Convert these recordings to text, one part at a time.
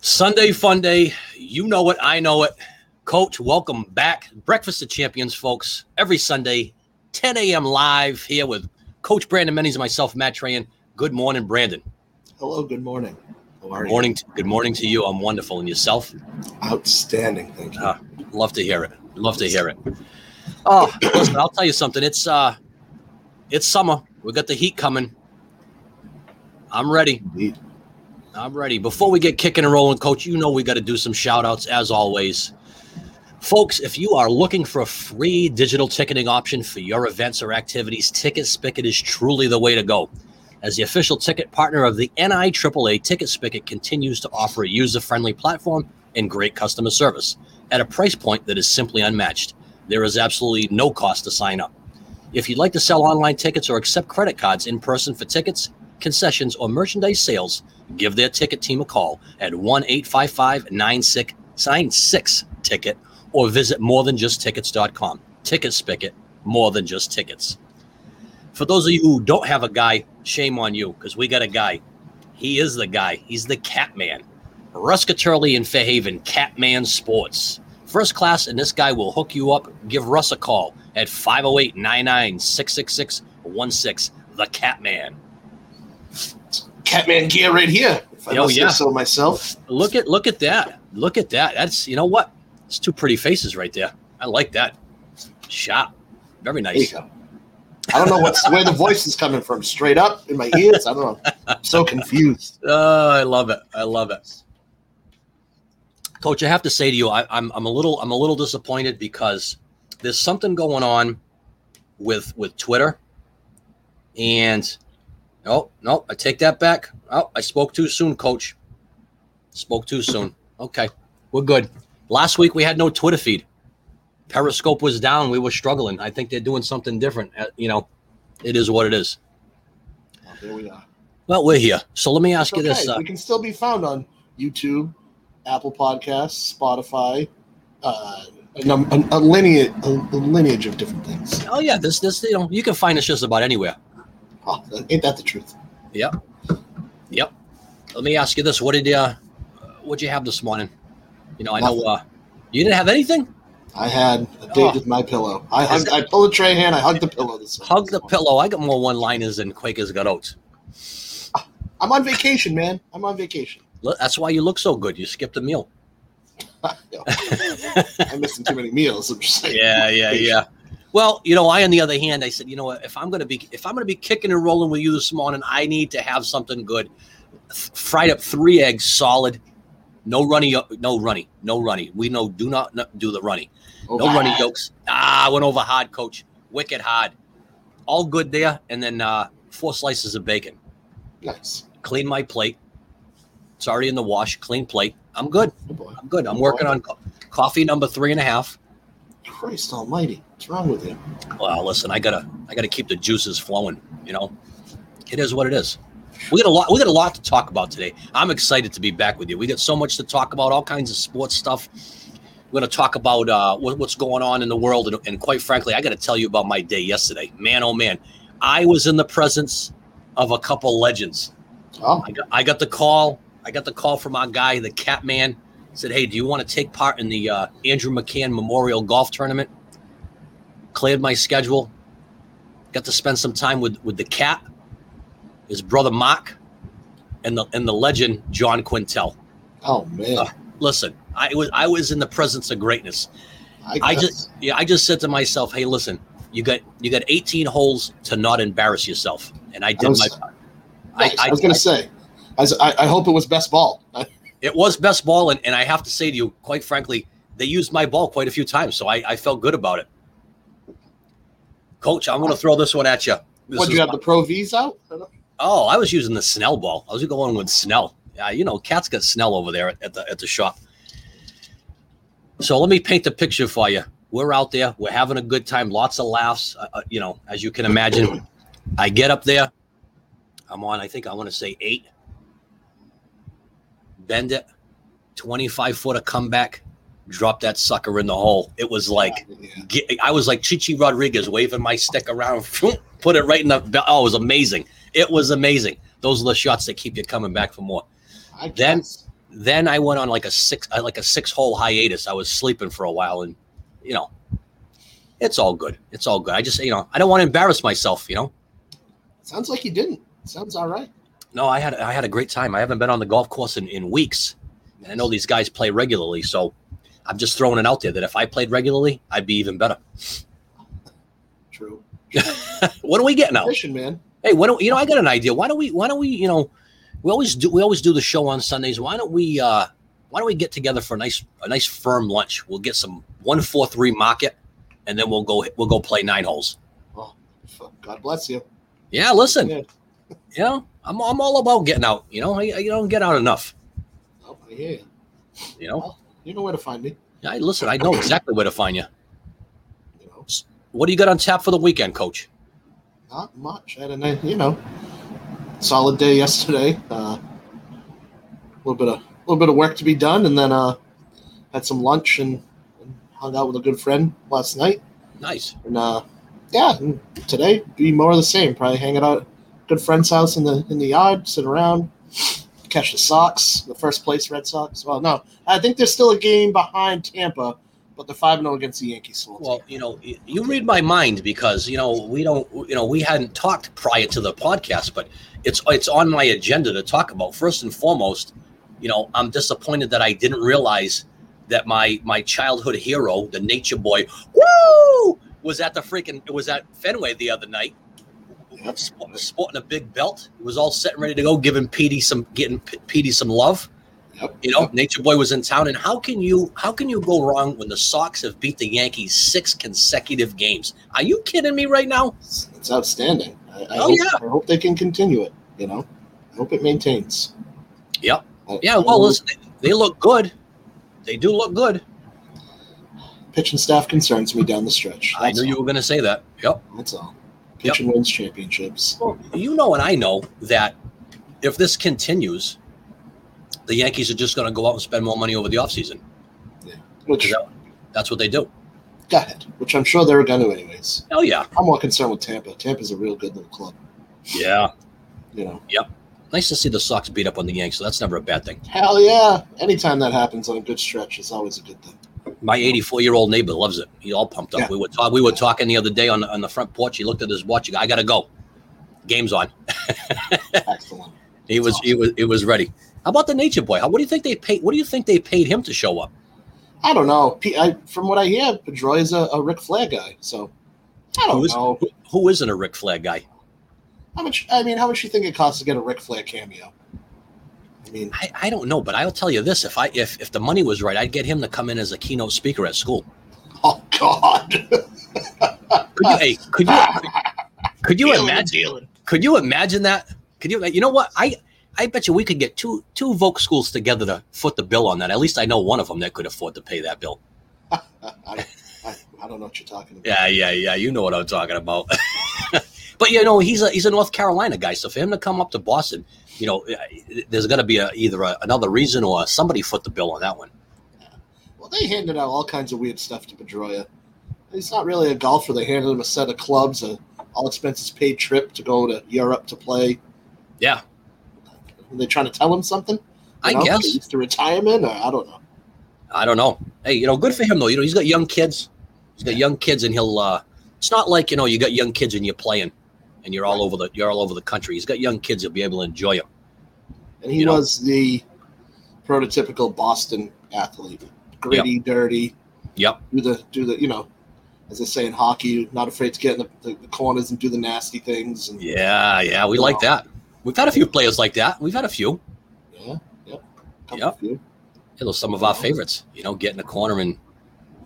Sunday Fun Day. You know it. I know it. Coach, welcome back. Breakfast of Champions, folks. Every Sunday, 10 a.m. live here with Coach Brandon Mennies and myself, Matt Trahan. Good morning, Brandon. Hello, good morning. How are Good morning. To, good morning to you. I'm wonderful. And yourself? you? Outstanding, thank you. Uh, Love to hear it. Love to hear it. Oh, listen, I'll tell you something. It's uh it's summer. We got the heat coming. I'm ready. Indeed. I'm ready. Before we get kicking and rolling, coach, you know we got to do some shout outs as always. Folks, if you are looking for a free digital ticketing option for your events or activities, Ticket Spigot is truly the way to go. As the official ticket partner of the NIAAA, Ticket Spigot continues to offer a user friendly platform and great customer service at a price point that is simply unmatched. There is absolutely no cost to sign up. If you'd like to sell online tickets or accept credit cards in person for tickets, concessions, or merchandise sales, give their ticket team a call at 1 855 9696 Ticket or visit morethanjusttickets.com. Ticket Spigot, more than just tickets. For those of you who don't have a guy, shame on you because we got a guy. He is the guy, he's the Catman. Ruskaturley in Fairhaven, Catman Sports. First class, and this guy will hook you up. Give Russ a call at 508 99 666 16. The Catman. Catman gear right here. If I Oh, must say yeah. so myself. Look at look at that. Look at that. That's you know what? It's two pretty faces right there. I like that. Shot. Very There you nice. go. I don't know what's where the voice is coming from. Straight up in my ears. I don't know. I'm so confused. Oh, I love it. I love it. Coach, I have to say to you, I, I'm I'm a little I'm a little disappointed because there's something going on with with Twitter. And no, no, I take that back. Oh, I spoke too soon, coach. Spoke too soon. Okay. We're good. Last week we had no Twitter feed. Periscope was down. We were struggling. I think they're doing something different. Uh, You know, it is what it is. Well, Oh, there we are. Well, we're here. So let me ask you this. Okay, Uh, we can still be found on YouTube, Apple Podcasts, Spotify, uh, a, num- a, a lineage a, a lineage of different things. Oh yeah, this this you know you can find us just about anywhere. Oh, ain't that the truth? Yep. Let me ask you this: What did uh, what'd you have this morning? You know, I know uh, you didn't have anything. I had a date Oh. with my pillow. I Is hugged, I pulled a tray hand. I hugged the pillow this morning. Hug the pillow. I got more one-liners than Quakers got oats. I'm on vacation, man. I'm on vacation. Look, That's why you look so good. You skipped a meal. I'm missing too many meals. I'm just saying. Yeah, yeah, yeah. Well, you know, I on the other hand, I said, you know what? If I'm gonna be if I'm gonna be kicking and rolling with you this morning, I need to have something good. F- fried up three eggs, solid. No runny, no runny, no runny. We know do not, not do the runny. Oh, No wow. running jokes. Ah, I went over hard, coach. Wicked hard. All good there. And then uh, four slices of bacon. Nice. Clean my plate. It's already in the wash. Clean plate. I'm good. Good Oh, boy. I'm good. I'm working on co- coffee number three and a half. Christ Almighty, what's wrong with you? Well, listen, I gotta, I gotta keep the juices flowing. You know, it is what it is. We got a lot. We got a lot to talk about today. I'm excited to be back with you. We got so much to talk about. All kinds of sports stuff. We're gonna talk about uh, what, what's going on in the world, and, and quite frankly, I got to tell you about my day yesterday. Man, oh man, I was in the presence of a couple legends. Oh, I got, I got the call. I got the call from our guy, the Catman. Said, "Hey, do you want to take part in the uh, Andrew McCann Memorial Golf Tournament?" Cleared my schedule. Got to spend some time with with the Cat, his brother Mark, and the and the legend John Quintel. oh man. Uh, Listen, I was I was in the presence of greatness. I guess. just yeah, I just said to myself, hey, listen, you got you got 18 holes to not embarrass yourself, and I did was- my part. Nice. I, was gonna say, I, was- I, I hope it was best ball. I, it was best ball, and, and I have to say to you, quite frankly, they used my ball quite a few times, so I, I felt good about it. Coach, I'm going to throw this one at you. This what is do you have my- the Pro V's out? I don't- oh, I was using the Snell ball. I was going with Snell. Uh, you know, Cat's got Snell over there at, at the at the shop. So let me paint the picture for you. We're out there. We're having a good time. Lots of laughs. Uh, uh, you know, as you can imagine. I get up there. I'm on. I think I want to say eight. Bend it. 25 footer comeback. Drop that sucker in the hole. It was like Yeah. get, I was like Chichi Rodriguez waving my stick around, put it right in the. be- Oh, it was amazing. It was amazing. Those are the shots that keep you coming back for more. I Then- guess. Then I went on like a six uh, like a six hole hiatus. I was sleeping for a while, and you know, it's all good. It's all good. I just you know I don't want to embarrass myself. You know, Sounds like you didn't. Sounds all right. no, I had I had a great time. I haven't been on the golf course in, in weeks, and I know these guys play regularly, so I'm just throwing it out there that if I played regularly, I'd be even better. True. What are we getting out? Fishing, man. Hey, why don't you know? I got an idea. Why don't we? Why don't we? You know, we always do. We always do the show on Sundays. Why don't we? uh Why don't we get together for a nice, a nice firm lunch? We'll get some one four three market, and then we'll go. We'll go play nine holes. Fuck, God bless you. Yeah, listen. Yeah. You know, I'm I'm all about getting out. You know, I, I don't get out enough. Oh, I hear you. You know, You know where to find me. I listen. I know exactly where to find you. You know, What do you got on tap for the weekend, Coach? not much. I had a nice, you know, solid day yesterday. A little bit of little bit of work to be done, and then uh, had some lunch and, and hung out with a good friend last night. Nice. And uh, yeah, and today be more of the same. Probably hanging out at a good friend's house in the in the yard, sit around, catch the Sox, the first place Red Sox. Well, no, I think there's still a game behind Tampa, but they're five zero against the Yankees. So we'll Well, you know, y- you read my mind because you know we don't, you know, we hadn't talked prior to the podcast, but it's it's on my agenda to talk about. First and foremost, you know, I'm disappointed that I didn't realize that my my childhood hero, the Nature Boy, woo, was at the freaking was at Fenway the other night, Yep. sp- sporting a big belt. He was all set and ready to go, giving Petey some getting P- Petey some love. Yep. You know, Nature Boy was in town, and how can you how can you go wrong when the Sox have beat the Yankees six consecutive games? Are you kidding me right now? It's, it's outstanding. I, I, Oh, hope, yeah. I hope they can continue it. You know, I hope it maintains. Yep. I- Yeah, I well, don't listen, they look good. They do look good. know, pitching staff concerns me down the stretch. I That's knew you all. were going to say that. Yep. That's all. Yep. Pitching wins championships. You know, and I know that if this continues, the Yankees are just going to go out and spend more money over the offseason. Which That's what they do. go ahead. Which I'm sure they're going to anyways. Oh yeah, I'm more concerned with Tampa. Tampa's a real good little club. yeah. You know, Nice to see the Sox beat up on the Yanks. So that's never a bad thing. hell yeah! Anytime that happens on a good stretch, it's always a good thing. My 84 year old neighbor loves it. He all pumped up. Yeah. We were talk- we were talking the other day on the, on the front porch. He looked at his watch. He go, I gotta go. Game's on. Excellent. He was he was it was ready. How about the Nature Boy? How, what do you think they paid? What do you think they paid him to show up? I don't know. P- I, from what I hear, Pedroia's a, a Ric Flair guy. So I don't Who is- know Who isn't a Ric Flag guy? how much. I mean, how much you think it costs to get a Ric Flair cameo? I mean, I, I don't know, but I'll tell you this: if I if if the money was right, I'd get him to come in as a keynote speaker at school. oh god! Could Uh, you, hey, could you could you imagine? Dealing. Could you imagine that? Could you? You know what? I I bet you we could get two two Volk schools together to foot the bill on that. At least I know one of them that could afford to pay that bill. I, I, I, I don't know what you're talking about. Yeah, yeah, yeah. You know what I'm talking about. but you know, he's a he's a North Carolina guy, so for him to come up to Boston, you know, there's got to be a, either a, another reason or somebody foot the bill on that one. Well, they handed out all kinds of weird stuff to Pedroia. He's not really a golfer. They handed him a set of clubs, a all expenses paid trip to go to Europe to play. Yeah, Are they trying to tell him something? I You know, guess. he's to retirement, or I don't know. I don't know. Hey, you know, good for him though. You know, he's got young kids. He's got young kids, and he'll. uh It's not like you know, you got young kids and you're playing, and you're all over the you're all over the country. He's got young kids. He'll be able to enjoy them. And he You know. was the prototypical Boston athlete, gritty, dirty. Yep. Do the do the you know, as they say in hockey, not afraid to get in the, the, the corners and do the nasty things. And, Yeah, yeah, we like that. We've had a few players like that. We've had a few. yeah, yep. Couple Yep. few. You know, some of our favorites. You know, get in the corner and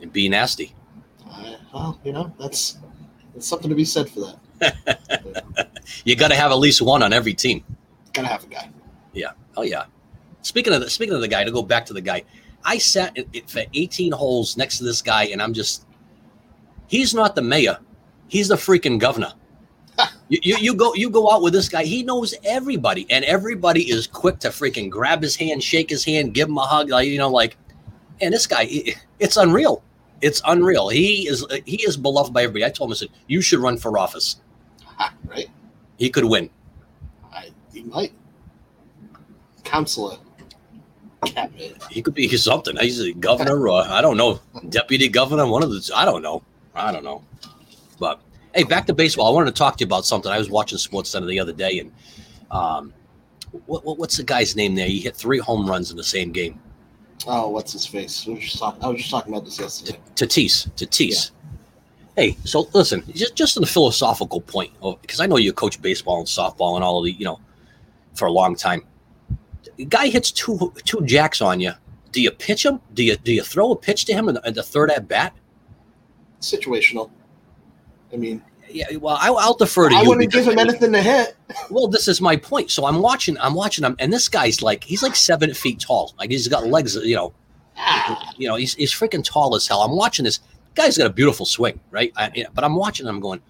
and be nasty. I, well, you know, that's that's something to be said for that. You got to have at least one on every team. Gotta have a guy. Oh yeah. Speaking of the, speaking of the guy, to go back to the guy, I sat i- i- for 18 holes next to this guy, and I'm just, he's not the mayor, he's the freaking governor. you, you you go you go out with this guy, he knows everybody, and everybody is quick to freaking grab his hand, shake his hand, give him a hug, like you know, like, and this guy, i- it's unreal. It's unreal. He is he is beloved by everybody. I told him, I said, you should run for office. right? He could win. I, he might. Counselor. cabinet. He could be something. He's a governor, or I don't know, deputy governor. One of the, I don't know, I don't know. But hey, back to baseball. I wanted to talk to you about something. I was watching Sports Center the other day, and um, what, what, what's the guy's name there? He hit three home runs in the same game. Oh, what's his face? We were just talking, I was just talking about this yesterday. Tatis, Tatis. Hey, so listen, just just on a philosophical point, because I know you coach baseball and softball and all of the, you know, for a long time. The guy hits two two jacks on you. Do you pitch him? Do you do you throw a pitch to him in the, in the third at bat? Situational. I mean, Yeah, well, I, I'll defer to I you. wouldn't give because- him anything to hit. Well, this is my point. So I'm watching, I'm watching him, and this guy's like, he's like seven feet tall. Like he's got legs, you know, Ah, you know, he's, he's freaking tall as hell. I'm watching this guy's got a beautiful swing, right? I, yeah, but I'm watching him going,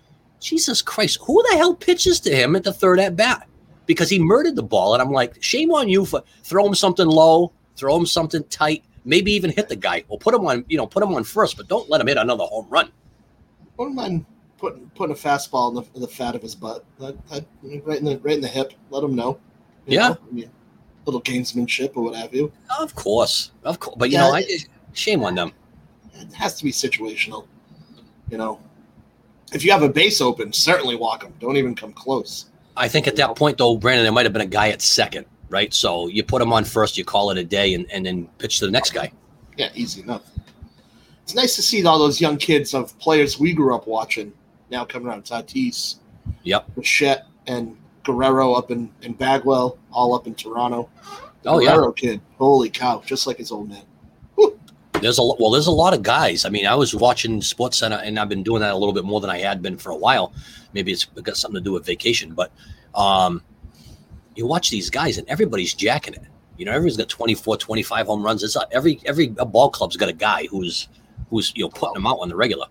Jesus Christ, who the hell pitches to him at the third at bat? Because he murdered the ball, and I'm like, shame on you for throw him something low, throw him something tight, maybe even hit the guy or put him on, you know, put him on first, but don't let him hit another home run. wouldn't mind putting putting a fastball in the, in the fat of his butt, That- that- right in the right in the hip. Let him know. you Yeah. know? I mean, little gamesmanship or what have you. Of course, of course, but you Yeah, know, I, shame on them. It has to be situational. You know, if you have a base open, certainly walk him. Don't even come close. I think at that point though, Brandon, there might have been a guy at second, right? So you put him on first, you call it a day, and, and then pitch to the next guy. Yeah, easy enough. It's nice to see all those young kids of players we grew up watching now coming around. Tatis, Yep. Machette, and Guerrero up in, in Bagwell, all up in Toronto. Oh yeah. Guerrero kid, holy cow, just like his old man. There's a lo- well, there's a lot of guys. I mean, I was watching Sports Center, and I've been doing that a little bit more than I had been for a while. Maybe it's got something to do with vacation, but um, you watch these guys, and everybody's jacking it. You know, everyone's got 24, 25 home runs. It's not, every every ball club's got a guy who's who's you know putting them out on the regular.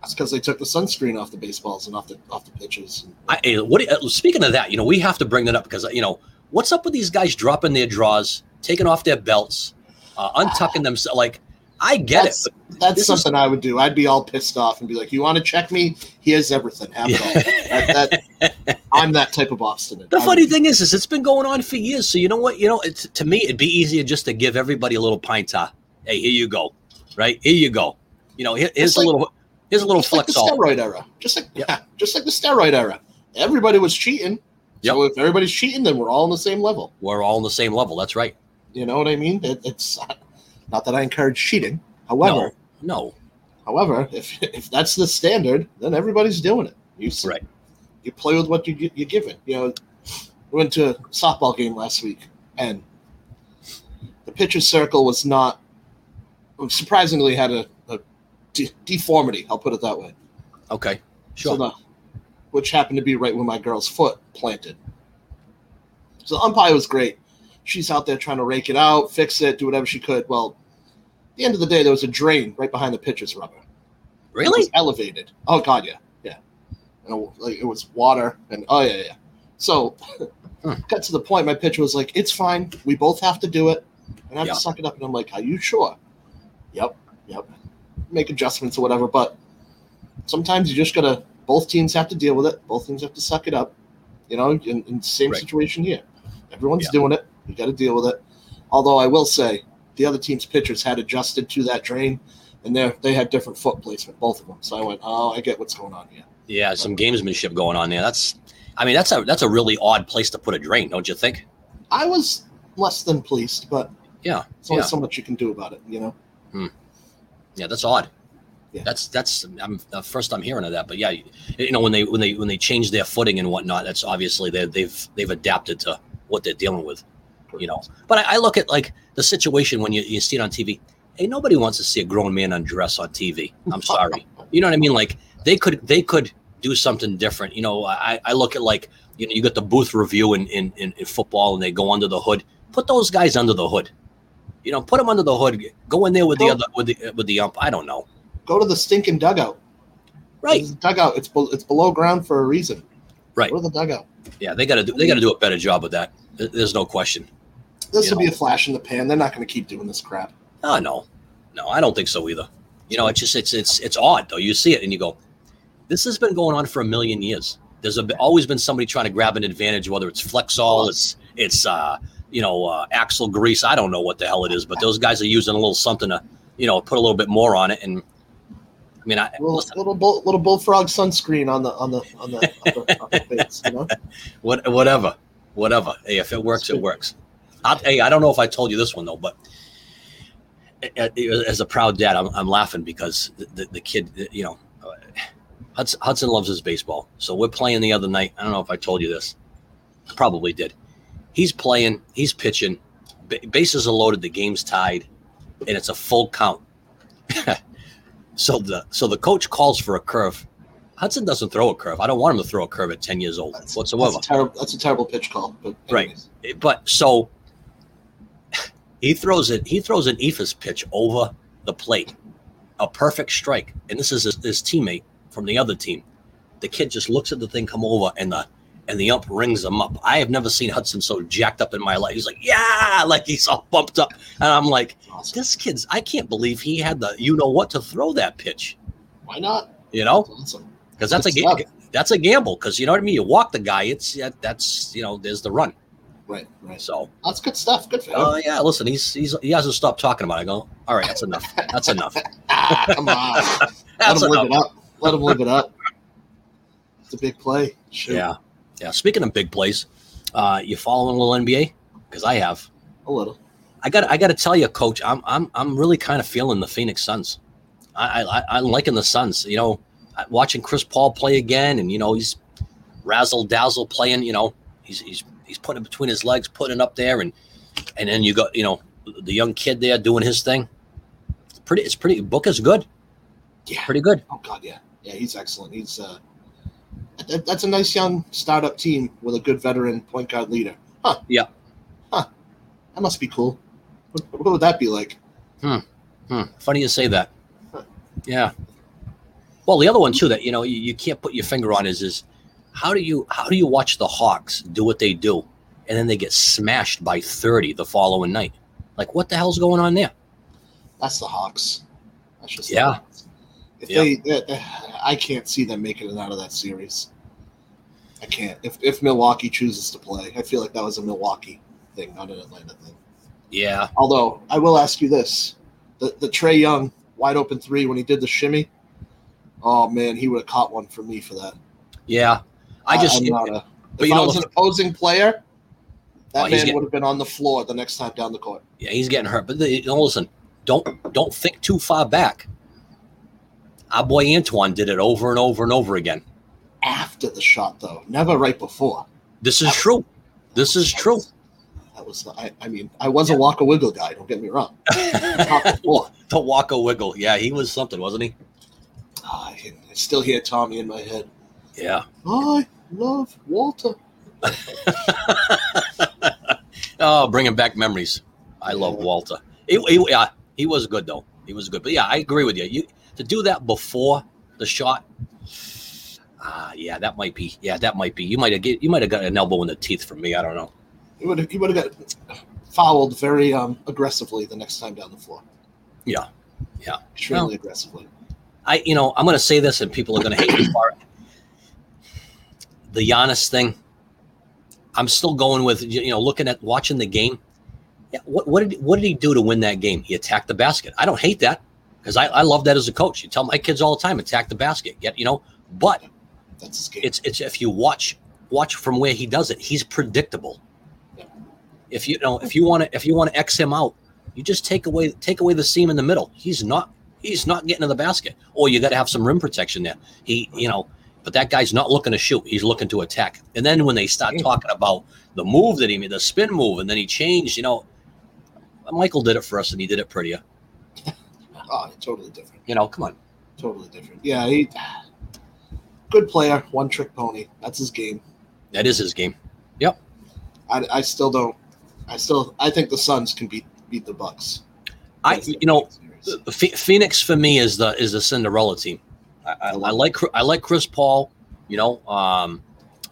That's because they took the sunscreen off the baseballs and off the off the pitches. I, eh, what do you- uh, speaking of that, you know, we have to bring that up because you know what's up with these guys dropping their draws, taking off their belts, uh, untucking themselves. Like, I get it. That's- That's This is- something I would do. I'd be all pissed off and be like, "You want to check me? Here's everything. Have it all." That, that, I'm that type of obstinate. The I funny would- thing is, is it's been going on for years. So you know what? You know, it's, to me, it'd be easier just to give everybody a little pinta. Hey, here you go, right? Here you go. You know, here, here's It's like- a little, here's a little just like the flex all. steroid era. Just like Yep. yeah, just like the steroid era. Everybody was cheating. So if everybody's cheating, then we're all on the same level. We're all on the same level. That's right. You know what I mean? It, it's not that I encourage cheating. However, No, however, if if that's the standard, then everybody's doing it. You s- Right. You play with what you gi- you give it. You know, we went to a softball game last week, and the pitcher's circle was not surprisingly had a, a de- deformity. I'll put it that way. okay, sure. So the, which happened to be right where my girl's foot planted. So the umpire was great. She's out there trying to rake it out, fix it, do whatever she could. Well, at the end of the day, there was a drain right behind the pitcher's rubber. It was really? elevated. Oh god, yeah, yeah. And it, like, it was water, and oh yeah, yeah. So, Hmm. got to the point. My pitcher was like, "It's fine. We both have to do it, and I have Yeah. to suck it up." And I'm like, "Are you sure?" Yep, yep. Make adjustments or whatever, but sometimes you just gotta. Both teams have to deal with it. Both teams have to suck it up. You know, in, in the same Right. situation here. Everyone's Yeah. doing it. You got to deal with it. Although I will say, the other team's pitchers had adjusted to that drain, and they they had different foot placement, both of them. So I went, oh, I get what's going on here. Yeah, some gamesmanship going on there. That's, I mean, that's a that's a really odd place to put a drain, don't you think? I was less than pleased, but Yeah, there's only yeah. so much you can do about it, you know. Yeah, that's odd. Yeah. That's that's I'm uh, first I'm hearing of that, but yeah, you, you know when they when they when they change their footing and whatnot, that's obviously they, they've they've adapted to what they're dealing with, you know. But I, I look at like the situation when you, you see it on TV. Hey, nobody wants to see a grown man undress on TV. I'm sorry, you know what I mean? Like they could they could do something different. You know, I I look at like you know you got the booth review in in, in, in football and they go under the hood. Put those guys under the hood. You know, put them under the hood. Go in there with the Well- other with the with the ump. I don't know. Go to the stinking dugout. Right. There's a dugout. It's be- it's below ground for a reason. Right. Go to the dugout. Yeah, they got to do. They got to do a better job with that. Th- There's no question. You This will know. be a flash in the pan. They're not going to keep doing this crap. Oh no, no, I don't think so either. You know, it's just it's it's it's odd though. You see it and you go, this has been going on for a million years. There's a, always been somebody trying to grab an advantage, whether it's Flexol, it's it's uh, you know, uh, axle grease. I don't know what the hell it is, but those guys are using a little something to, you know, put a little bit more on it. And I mean, I Little little, bull, little bullfrog sunscreen on the on the on the upper, upper face, you know. what, whatever, whatever. Hey, if it works, it works. I, hey, I don't know if I told you this one though, but a- a- as a proud dad, I'm, I'm laughing because the, the, the kid, you know, uh, Hudson, Hudson loves his baseball. So we're playing the other night. I don't know if I told you this. I probably did. He's playing. He's pitching. Ba bases are loaded. The game's tied, and it's a full count. so the so the coach calls for a curve. Hudson doesn't throw a curve. I don't want him to throw a curve at ten years old That's- whatsoever. That's a terrible. That's a terrible pitch call. But Right. anyways. but so he throws it. He throws an Ephus pitch over the plate, a perfect strike. And this is his, his teammate from the other team. The kid just looks at the thing come over, and the and the ump rings him up. I have never seen Hudson so jacked up in my life. He's like, yeah, like he's all bumped up, and I'm like, Awesome. this kid's. I can't believe he had the you know what to throw that pitch. Why not? You know, That's awesome. because that's a Good ga- stuff. that's a gamble. Because you know what I mean. You walk the guy. It's yeah, that's you know there's the run. Right. Right. So. That's good stuff. Good for him. Oh yeah, listen, he's he's he hasn't stopped talking about it. I go, all right, that's enough. That's enough. ah, come on. Let That's him live enough. it up. Let him live it up. It's a big play. Shoot. Yeah. Yeah. Speaking of big plays, uh, you following a little NBA? Because I have. A little. I got I gotta tell you, coach, I'm I'm I'm really kind of feeling the Phoenix Suns. I I I- I'm liking the Suns, you know, I- watching Chris Paul play again and you know he's razzle dazzle playing, you know, he's he's he's putting it between his legs, putting it up there and and then you got you know the young kid there doing his thing. It's pretty it's pretty book is good. Yeah. Pretty good. Oh god, yeah. Yeah, he's excellent. He's uh that, that's a nice young startup team with a good veteran point guard leader. Huh. Yeah. Huh. That must be cool. What, what would that be like? Hmm, funny you say that. Huh. Yeah. Well, the other one too that you know you, you can't put your finger on is is how do you how do you watch the Hawks do what they do and then they get smashed by thirty the following night? Like what the hell's going on there? That's the Hawks. That's just Yeah. If Yeah. they, they, they- I can't see them making it out of that series. I can't. If if Milwaukee chooses to play, I feel like that was a Milwaukee thing, not an Atlanta thing. Yeah. Although I will ask you this: the the Trey Young wide open three when he did the shimmy. Oh man, he would have caught one for me for that. Yeah. I just I'm not a, but if you I know was the- an opposing player, Oh, that he's man getting- would have been on the floor the next time down the court. yeah, he's getting hurt. But the, you know, listen, don't don't think too far back. Our boy Antoine did it over and over and over again. After the shot, though, never right before. This is true. This is true. That was I, I mean, I was a Waka Wiggle guy. Don't get me wrong. Not before. The walk a wiggle. Yeah, he was something, wasn't he? Ah, I can still hear Tommy in my head. Yeah. I love Walter. Oh, bringing back memories. I love Walter. He, he- yeah, he was good though. He was good. But yeah, I agree with you. You to do that before the shot. Ah, yeah, that might be. Yeah, that might be. You might have get. You might have got an elbow in the teeth from me. I don't know. He would have he would have got fouled very um, aggressively the next time down the floor. Yeah. Yeah. Extremely Well- aggressively. I, you know, I'm going to say this, and people are going to hate me for it. The Giannis thing. I'm still going with you know, looking at watching the game. Yeah, what what did what did he do to win that game? He attacked the basket. I don't hate that because I, I love that as a coach. You tell my kids all the time, attack the basket. Get you know, but That's his game. it's it's if you watch watch from where he does it, he's predictable. If you know if you want to if you want to X him out, you just take away take away the seam in the middle. He's not he's not getting to the basket. Or you got to have some rim protection there. He you know, but that guy's not looking to shoot. He's looking to attack. And then when they start Yeah. talking about the move that he made, the spin move, and then he changed, you know, Michael did it for us and he did it prettier. oh, totally different. You know, come on. Totally different. Yeah, he good player, one trick pony. That's his game. That is his game. I, I still don't I still I think the Suns can beat beat the Bucks. I That's you know, series. Ph- Phoenix for me is the is the Cinderella team. I, I, I like I like Chris Paul. You know, um,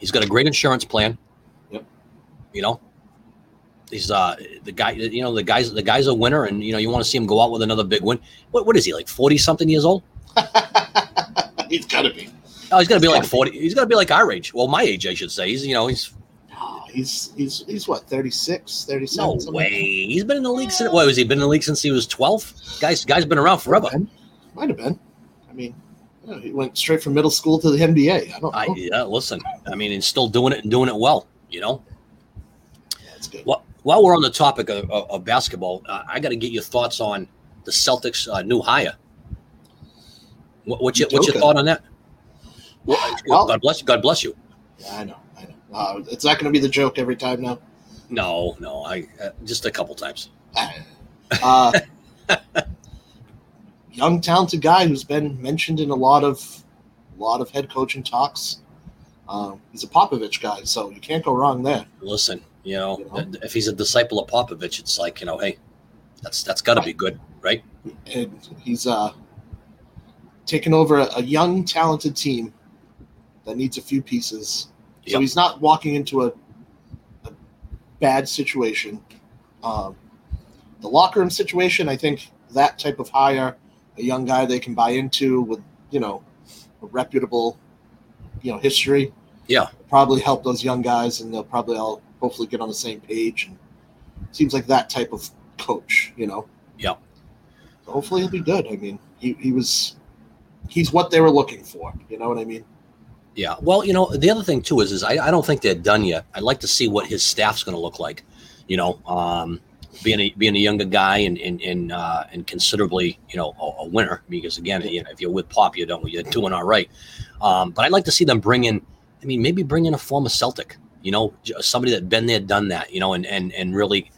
he's got a great insurance plan. Yep. You know, he's uh the guy. You know, the guys the guy's a winner, and you know you want to see him go out with another big win. What what is he like forty something years old? He's gotta be. Oh, he's gonna be like forty. He's gonna be like our age. Well, my age, I should say. He's you know he's No, Ah, He's he's he's what 36, 37? No something like way. He's been in the league since. What was he been in the league since he was twelve? Guys, guy's been around forever. that. Might have been. I mean, yeah, he went straight from middle school to the NBA. I don't know. I yeah, listen. I mean, and still doing it and doing it well. You know. That's good. Well, while we're on the topic of, of, of basketball, uh, I got to get your thoughts on the Celtics' uh, new hire. What, what's your what's your Udoka. thought on that? Well, Well- God bless. God bless you. Yeah, I know. I know. Uh, it's not going to be the joke every time now. No, no, I uh, just a couple times. Uh, young, talented guy who's been mentioned in a lot of, lot of head coaching talks. Um, he's a Popovich guy, so you can't go wrong there. Listen, you know, You know? if he's a disciple of Popovich, it's like you know, hey, that's that's got to be good, right? And he's uh, taking over a, a young, talented team that needs a few pieces. So Yep. he's not walking into a, a bad situation. Um, the locker room situation, I think that type of hire, a young guy they can buy into with, you know, a reputable, you know, history. Yeah. Probably help those young guys and they'll probably all hopefully get on the same page. And seems like that type of coach, you know. Yep. So hopefully he'll be good. I mean, he, he was, he's what they were looking for. You know what I mean? Yeah. Well, you know, the other thing too is, is I, I don't think they're done yet. I'd like to see what his staff's going to look like. You know, um, being a being a younger guy and and and, uh, and considerably, you know, a, a winner because again, you know, if you're with Pop, you don't you're doing all right. Um, but I'd like to see them bring in. I mean, maybe bring in a former Celtic. You know, j- somebody that been there, done that. You know, and and and really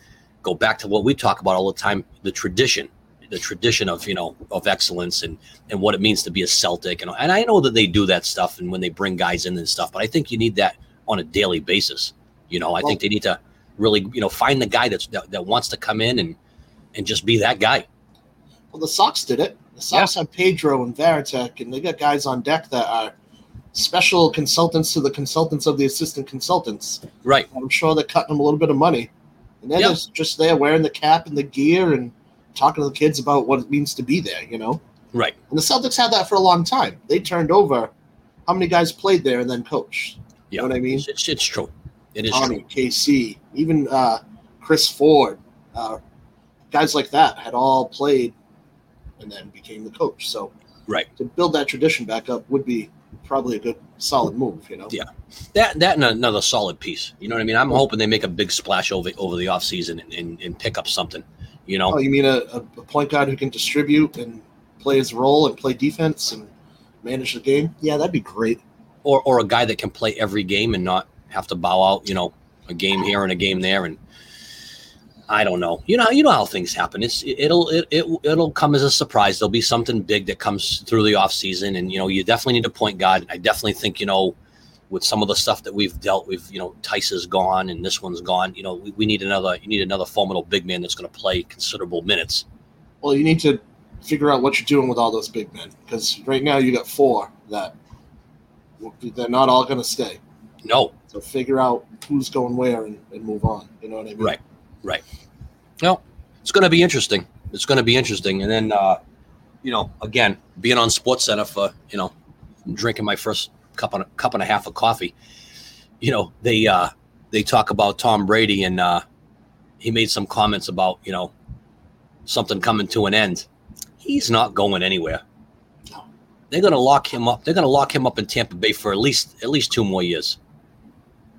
go back to what we talk about all the time: the tradition, the tradition of you know of excellence and and what it means to be a Celtic. And, and I know that they do that stuff and when they bring guys in and stuff, but I think you need that on a daily basis. You know, I Well- think they need to really, you know, find the guy that's that, that wants to come in and and just be that guy. Well, the Sox did it. The Sox have Pedro and Veritek, and they got guys on deck that are special consultants to the consultants of the assistant consultants. Right. I'm sure they're cutting them a little bit of money. And then Yeah. it's just there wearing the cap and the gear and talking to the kids about what it means to be there, you know? Right. And the Celtics had that for a long time. They turned over how many guys played there and then coached. Yeah. You know what I mean? It's, it's, it's true. It is true. Tommy, KC, even uh, Chris Ford, uh, guys like that had all played and then became the coach. So Right. to build that tradition back up would be probably a good solid move, you know. Yeah. That that and another solid piece. You know what I mean? I'm hoping they make a big splash over over the offseason and, and, and pick up something. You know, Oh, you mean a, a a point guard who can distribute and play his role and play defense and manage the game? Yeah, that'd be great. or or a guy that can play every game and not have to bow out, you know, a game here and a game there and I don't know. You know, you know how things happen. It's it'll it, it it'll come as a surprise. There'll be something big that comes through the offseason and you know, you definitely need a point guard. I definitely think, you know, with some of the stuff that we've dealt with, you know, Tice is gone and this one's gone. You know, we, we need another you need another formidable big man that's going to play considerable minutes. Well, you need to figure out what you're doing with all those big men because right now you got four that they're not all going to stay. No, So figure out who's going where and, and move on. You know what I mean? Right. No, it's going to be interesting. It's going to be interesting. And then, uh, you know, again, being on Sports Center for you know, drinking my first cup and cup and a half of coffee. You know, they uh, they talk about Tom Brady and uh, he made some comments about you know something coming to an end. He's not going anywhere. No. They're going to lock him up. They're going to lock him up in Tampa Bay for at least at least two more years.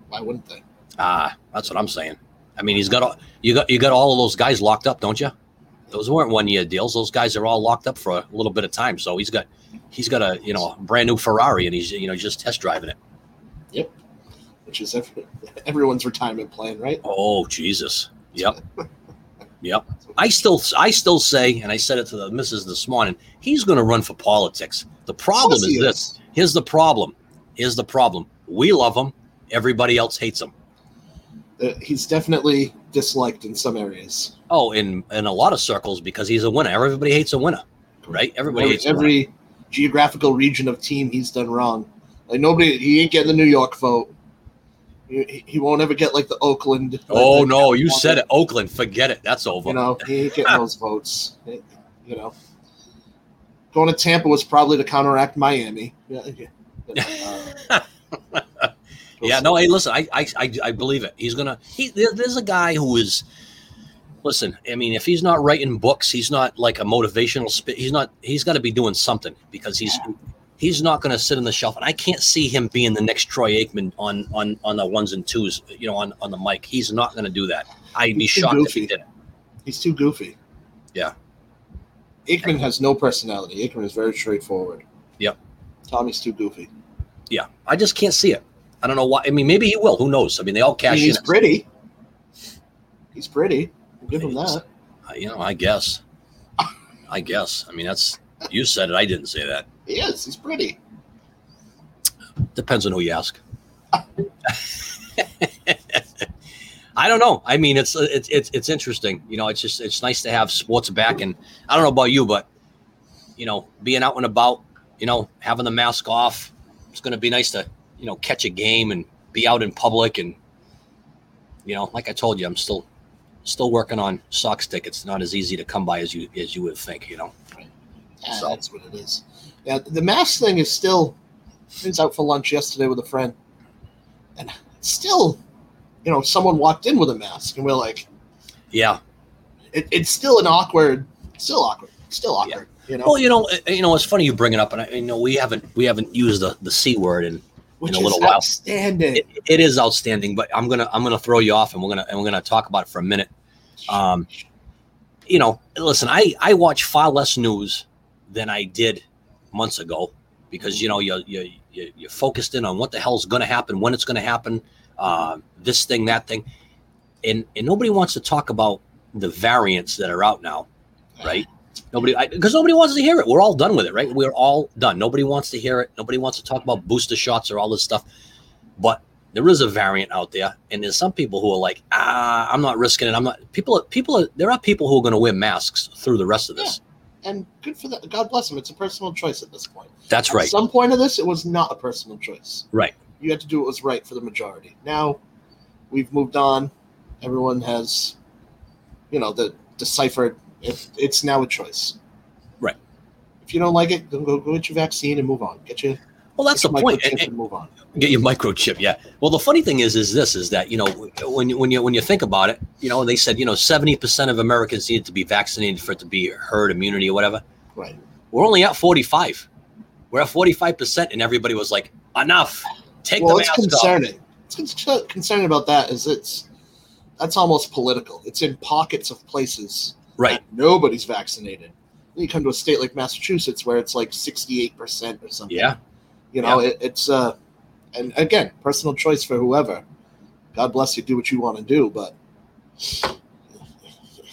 Why wouldn't they? Ah, that's what I'm saying. I mean, he's got all, you got you got all of those guys locked up, don't you? Those weren't one year deals. Those guys are all locked up for a little bit of time. So he's got he's got a you know a brand new Ferrari, and he's you know just test driving it. Which is every, everyone's retirement plan, right? Oh Jesus! Yep, yep. I still I still say, and I said it to the missus this morning. He's going to run for politics. The problem Of course is he this. Here's the problem. Here's the problem. We love him. Everybody else hates him. Uh, He's definitely disliked in some areas. Oh, in in a lot of circles because he's a winner. Everybody hates a winner, right? Everybody Every, hates every. every geographical region of team he's done wrong. Like nobody, he ain't getting the New York vote. He, he won't ever get like the Oakland. Oh like, no, you said it, Oakland. Forget it. That's over. You know, he ain't getting those votes. It- you know, going to Tampa was probably to counteract Miami. Yeah, yeah. Uh, yeah, no, hey, listen, I, I, I, I believe it. He's gonna. He, there- there's a guy who is. Listen, I mean, if he's not writing books, he's not like a motivational. Sp- he's not. He's got to be doing something because he's. He's not going to sit on the shelf, and I can't see him being the next Troy Aikman on on on the ones and twos. You know, on on the mic, he's not going to do that. I'd be He's too shocked if he goofy. did. it. He's too goofy. Yeah. Aikman has no personality. Aikman is very straightforward. Yep. Tommy's too goofy. Yeah, I just can't see it. I don't know why. I mean, maybe he will. Who knows? I mean, they all I mean, cash he's in. pretty. He's pretty. I'll give him that. I- Uh, you know, I guess. I guess. I mean, that's you said it. I didn't say that. He is. He's pretty. Depends on who you ask. I don't know. I mean, it's it's it's it's interesting. You know, it's just it's nice to have sports back, and I don't know about you, but you know, being out and about, you know, having the mask off, it's going to be nice to you know catch a game and be out in public, and you know, like I told you, I'm still still working on Sox tickets. Not as easy to come by as you as you would think. You know. Yeah, So- That's what it is. Yeah, the mask thing is still. I was out for lunch yesterday with a friend, and still, you know, someone walked in with a mask, and we're like, Yeah. it, it's still an awkward, still awkward, still awkward. You know, Well, you know, uh, you know, it's funny you bring it up, and I, you know, we haven't we haven't used the the c word, and which a little is while. outstanding. it, it is outstanding. But I'm gonna I'm gonna throw you off, and we're gonna and we're gonna talk about it for a minute. Um, you know, listen, I I watch far less news than I did months ago because you know you you you- you're focused in on what the hell's going to happen, when it's going to happen, uh, this thing, that thing, and and nobody wants to talk about the variants that are out now, right? Nobody, because nobody wants to hear it. We're all done with it, right? We're all done. Nobody wants to hear it. Nobody wants to talk about booster shots or all this stuff. But there is a variant out there, and there's some people who are like, ah, I'm not risking it. I'm not. People, are- people, are, there are people who are going to wear masks through the rest of this. and good for that. God bless him. It's a personal choice at this point. That's right. At some point of this, it was not a personal choice. Right. You had to do what was right for the majority. Now, we've moved on. Everyone has, you know, the deciphered. It, it's now a choice. Right. If you don't like it, then go, go get your vaccine and move on. Get your Well, that's the get your point. microchip And- and- and move on. get your microchip yeah well the funny thing is is this is that you know when you when you when you think about it you know they said you know 70% of americans need to be vaccinated for it to be herd immunity or whatever Right. we're only at 45 we're at 45% and everybody was like enough take well, the it's mask off concerning. It's con- concerning about that is it's that's almost political. It's in pockets of places right that nobody's vaccinated. Then you come to a state like Massachusetts where it's like 68% or something. yeah You know, it, it's, uh, and again, personal choice for whoever. God bless you, do what you want to do, but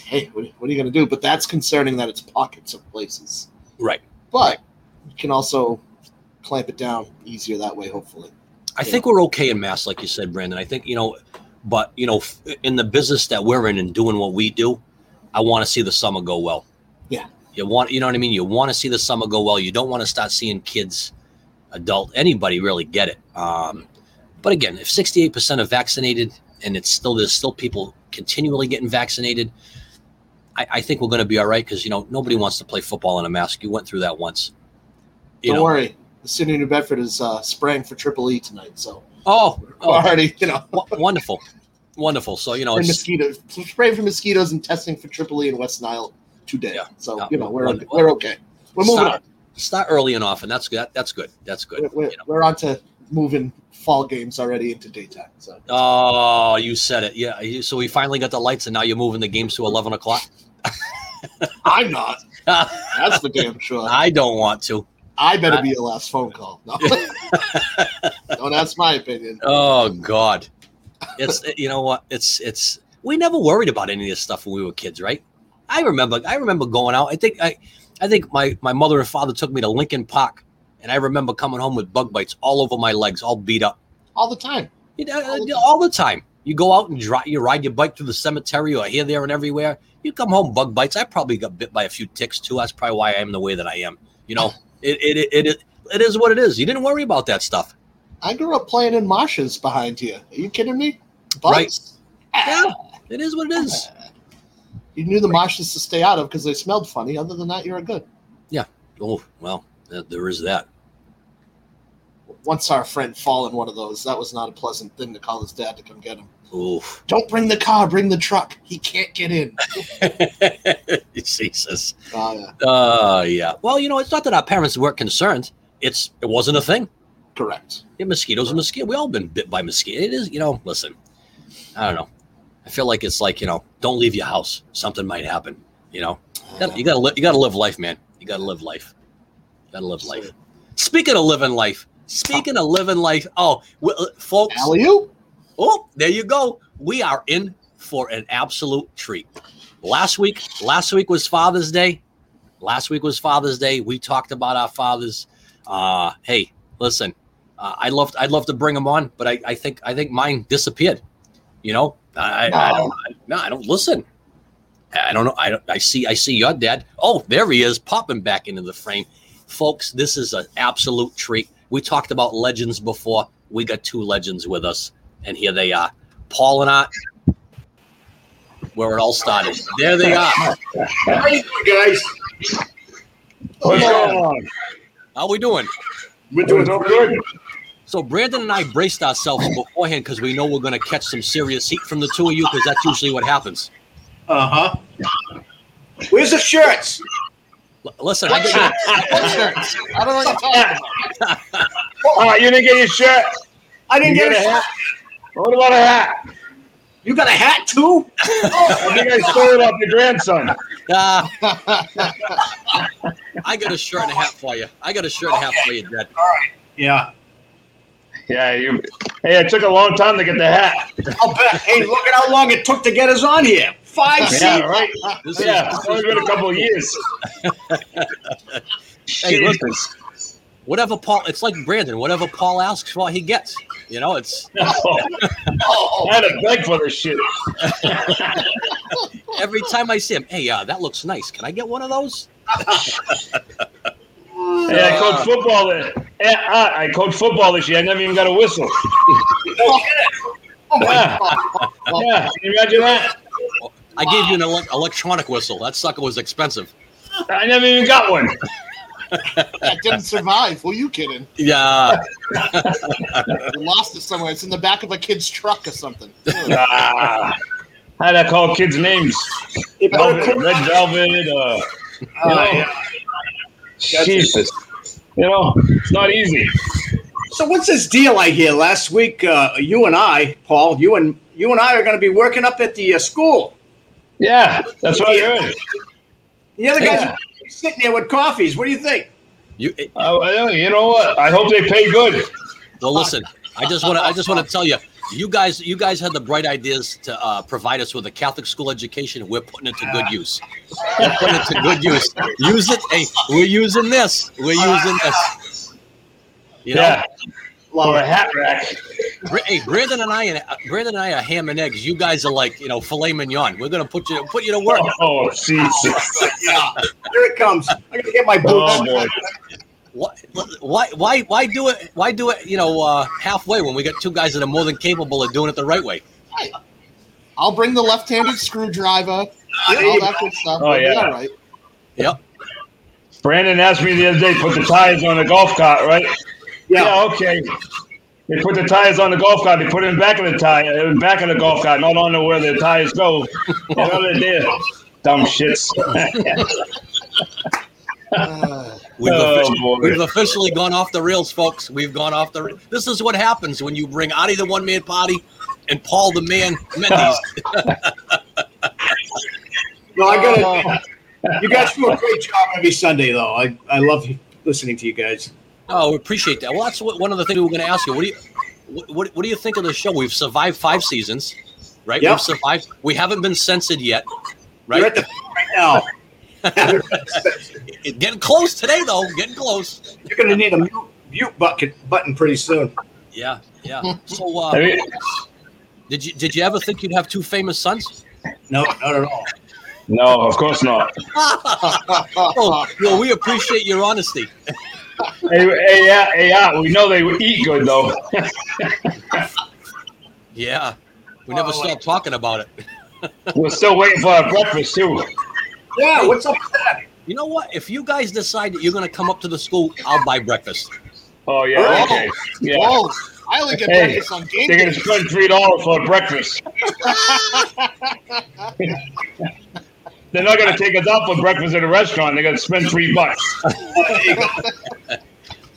hey, what, what are you going to do? But that's concerning that it's pockets of places. Right. But you can also clamp it down easier that way, hopefully. I think we're okay in mass, like you said, Brandon. I think you know, but you know, f- in the business that we're in and doing what we do, I want to see the summer go well. Yeah. you want you know what I mean. You want to see the summer go well. You don't want to start seeing kids, adult, anybody really get it. Um, but again, if sixty-eight percent are vaccinated and it's still there's still people continually getting vaccinated, I, I think we're going to be all right because you know nobody wants to play football in a mask. You went through that once. You Don't know, worry. The city of New Bedford is uh, spraying for Triple E tonight, so oh, we're oh already, you know, w- wonderful, wonderful. So you know, Oh, and it's, mosquitoes, spraying for mosquitoes and testing for Tripoli and West Nile today. Yeah. So No, you know we're one- okay. we're okay. We're moving Stop. start early and often. That's good. That's good. That's on. good. We're, we're, you know. we're on to moving fall games already into daytime. So Oh, you said it. Yeah. you- So we finally got the lights, and now you're moving the games to eleven o'clock. I'm not. I That's for damn sure. don't want to. I better be your last phone call. No. Don't ask my opinion. Oh God, it's you know what? It's it's we never worried about any of this stuff when we were kids, right? I remember. I remember going out. I think I, I think my my mother and father took me to Lincoln Park, and I remember coming home with bug bites all over my legs, all beat up. All the time. You know, uh, all the time. You go out and dri you ride your bike through the cemetery or here, there, and everywhere. You come home, bug bites. I probably got bit by a few ticks too. That's probably why I am the way that I am. You know, it it it, it, it is what it is. You didn't worry about that stuff. I grew up playing in marshes behind here. Are you kidding me? Bugs? Ah, Yeah, it is what it is. You knew the marshes to stay out of because they smelled funny. Other than that, you were good. Oh well, th- there is that. once our friend fall in one of those, that was not a pleasant thing to call his dad to come get him. Oof. Don't bring the car, bring the truck. He can't get in. Jesus. Oh, yeah. Uh, yeah. Well, you know, it's not that our parents weren't concerned. It's it wasn't a thing. Correct. Yeah, mosquitoes and mosquito. We all been bit by mosquito. It is, you know. Listen, I don't know. I feel like it's like you know, don't leave your house. Something might happen. You know, you gotta, you gotta live. You gotta live life, man. You gotta live life. You gotta live life. Speaking of living life. Speaking of living life. Oh, we- uh, folks. Alley oop. Oh, there you go. We are in for an absolute treat. Last week, last week was Father's Day. Last week was Father's Day. We talked about our fathers. Uh, hey, listen, uh, I love I'd love to bring them on, but I, I think I think mine disappeared. You know, I, I, I don't I, no, I don't listen. I don't know. I don't, I see I see your dad. Oh, there he is, popping back into the frame, folks. This is an absolute treat. We talked about legends before. We got two legends with us and here they are. Paul and I, where it all started. There they are. How you doing, guys? What's Oh, Yeah. going on? How we doing? We're doing all good. So Brandon and I braced ourselves beforehand because we know we're going to catch some serious heat from the two of you because that's usually what happens. Uh huh. Where's the shirts? L- listen, I get, What shirts? I don't know what you're talking about. Oh, you didn't get your shirt. I You didn't got get a a hat. hat. What about a hat? You got a hat too? I think I stole it off your grandson. uh, I got a shirt and a half for you. I got a shirt and a half for you, Dad. Yeah. Yeah, you. Hey, it took a long time to get the hat. I'll bet. Hey, look at how long it took to get us on here. Five Yeah, seasons. right. This is, Yeah, it's only been a couple of years. Hey, listen. Whatever Paul, it's like Brandon. Whatever Paul asks for, he gets. You know, it's Oh, I Oh, had to beg for this shit. every time I see him. Hey, uh, that looks nice. Can I get one of those? Hey, I coached football. Hey, I I coached football this year. I never even got a whistle. oh Yeah, yeah. Can you imagine that? I gave you an ele- electronic whistle. That sucker was expensive. I never even got one. That didn't survive. Who are you kidding? Yeah. You lost it somewhere. It's in the back of a kid's truck or something. Ah, I had to call kids' names. You better Velvet, cook- Red Velvet. Uh, Oh, yeah. Jesus. You know, it's not easy. So what's this deal I hear last week? Uh, you and I, Paul, you and you and I are going to be working up at the uh, school. Yeah, that's what I heard. The other guys Yeah. are sitting there with coffees. What do you think? You it- I, I- Uh, you know what? I hope they pay good. well, listen. I just want to. I just want to tell you. You guys, you guys had the bright ideas to uh, provide us with a Catholic school education. We're putting it to good use. We're putting it to good use. Use it. Hey, we're using this. We're using this. You know, Yeah, Love or it. a hat rack. Br- hey, Brandon and I, and uh, Brandon and I are ham and eggs. You guys are like, you know, filet mignon. We're gonna put you put you to work. Oh, Jesus. Here it comes. I'm going to get my boots. Oh, boy. why, why, why, why do it? Why do it? You know, uh, halfway when we got two guys that are more than capable of doing it the right way. I'll bring the left-handed screwdriver. there all you that good stuff. Oh, We'll be yeah. all right. Yep. Brandon asked me the other day, put the tires on the golf cart, right? Yeah. okay. They put the tires on the golf cart. They put it in back of the tire, in back of the golf cart, not on the where the tires go. You know, they're there. Dumb shits. Uh, We've, Oh, officially, boy. we've officially gone off the rails, folks. We've gone off the. This is what happens when you bring Adi the one man party and Paul the man Mendes. No, I got Oh. to. You guys do a great job every Sunday, though. I, I love listening to you guys. oh, we appreciate that. Well, that's what, one of the things we were going to ask you. What do you, what, what, what do you think of the show? We've survived five seasons, right? Yep. We've survived. We haven't been censored yet, right? You're at the right now. It- getting close today, though. Getting close. You're going to need a mute, mute bucket button pretty soon. Yeah, yeah. So, uh, I mean- did you did you ever think you'd have two famous sons? No, not at all. No, of course not. Oh, well, we appreciate your honesty. Hey, hey, yeah, hey, yeah. We know they eat good though. Yeah, we never Oh, stopped talking about it. We're still waiting for our breakfast too. Yeah, what's up with that? You know what? If you guys decide that you're going to come up to the school, I'll buy breakfast. Oh yeah, Right. okay, yeah. Whoa, I only get Hey, breakfast on game They're gonna day. spend three dollars for breakfast. They're not gonna take us out for breakfast at a restaurant. They're gonna spend three bucks.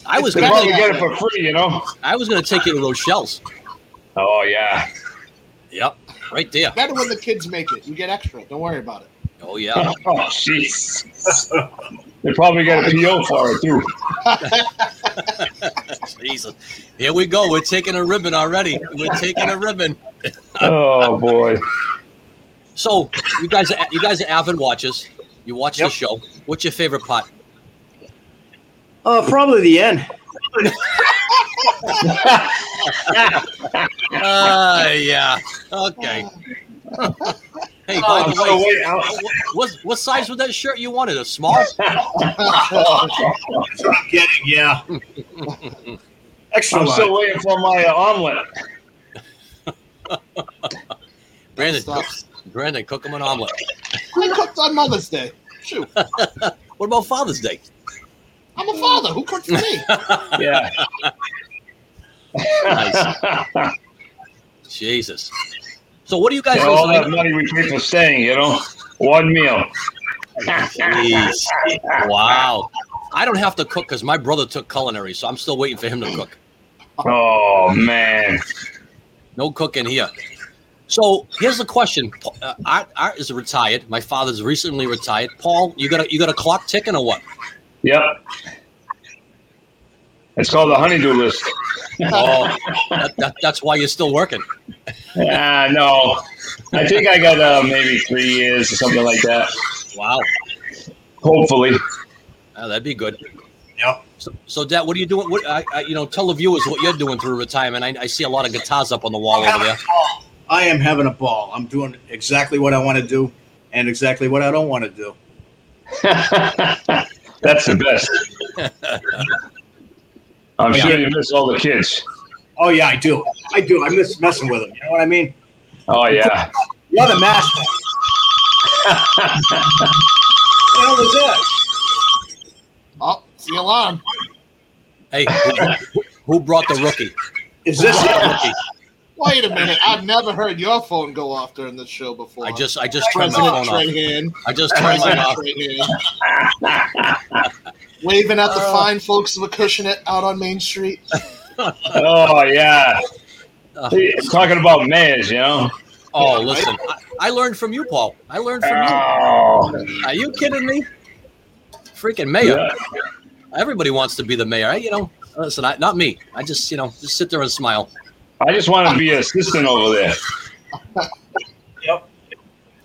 I was They gonna probably take, get it for free, you know. I was gonna take you to Rochelle's. Oh yeah. Yep, right there. Better when the kids make it. You get extra. Don't worry about it. Oh yeah. Oh jeez. They probably get a PO for it too. Jesus. Here we go. We're taking a ribbon already. We're taking a ribbon. Oh boy. So you guys, are, you guys are avid watchers. You watch the Yep. show. What's your favorite part? Uh, probably the end. Uh, yeah. Okay. hey, by Oh, the so way, wait, I- what, what size was that shirt you wanted? A small? Oh, I'm kidding, yeah. Extra I'm large. still waiting for my uh, omelet. Brandon, Stop. Brandon, cook him an omelet. Who cooked on Mother's Day? Shoot, What about Father's Day? I'm a father. Who cooked for me? Yeah. Nice. Jesus. So what do you guys For all that listen money we pay for staying, you know, one meal. Jeez. Wow. I don't have to cook because my brother took culinary, so I'm still waiting for him to cook. Oh man. No cooking here. So here's the question: Pa- uh, Art, Art is retired. My father's recently retired. Paul, you got a you got a clock ticking or what? Yep. It's called the honeydew list. Oh, that, that, that's why you're still working. Ah, no. I think I got uh, maybe three years or something like that. Wow, Hopefully. Oh, that'd be good. Yep. So, so Dad, what are you doing? What I, I, you know, tell the viewers what you're doing through retirement. I, I see a lot of guitars up on the wall over there. I am having a ball. I'm doing exactly what I want to do and exactly what I don't want to do. That's the best. I'm sure you miss all the kids. Oh, yeah, I do. I do. I miss messing with them. You know what I mean? Oh yeah. You're the master. what the hell is that? Oh, it's the alarm. Hey, who, who brought the rookie? Is this Rookie. Wait a minute. I've never heard your phone go off during this show before. I just I just turned my President phone off. Trahan. I just turned mine off. President Trahan. Waving at the Oh. fine folks of a cushion it out on Main Street. Oh yeah. Uh, See, talking about mayors, you know. oh, listen, I, I learned from you, Paul. I learned from you. Oh, Are you kidding me? Freaking mayor. yeah. Everybody wants to be the mayor. I, you know, listen, I, not me. I just, you know, just sit there and smile. I just want to be an assistant over there.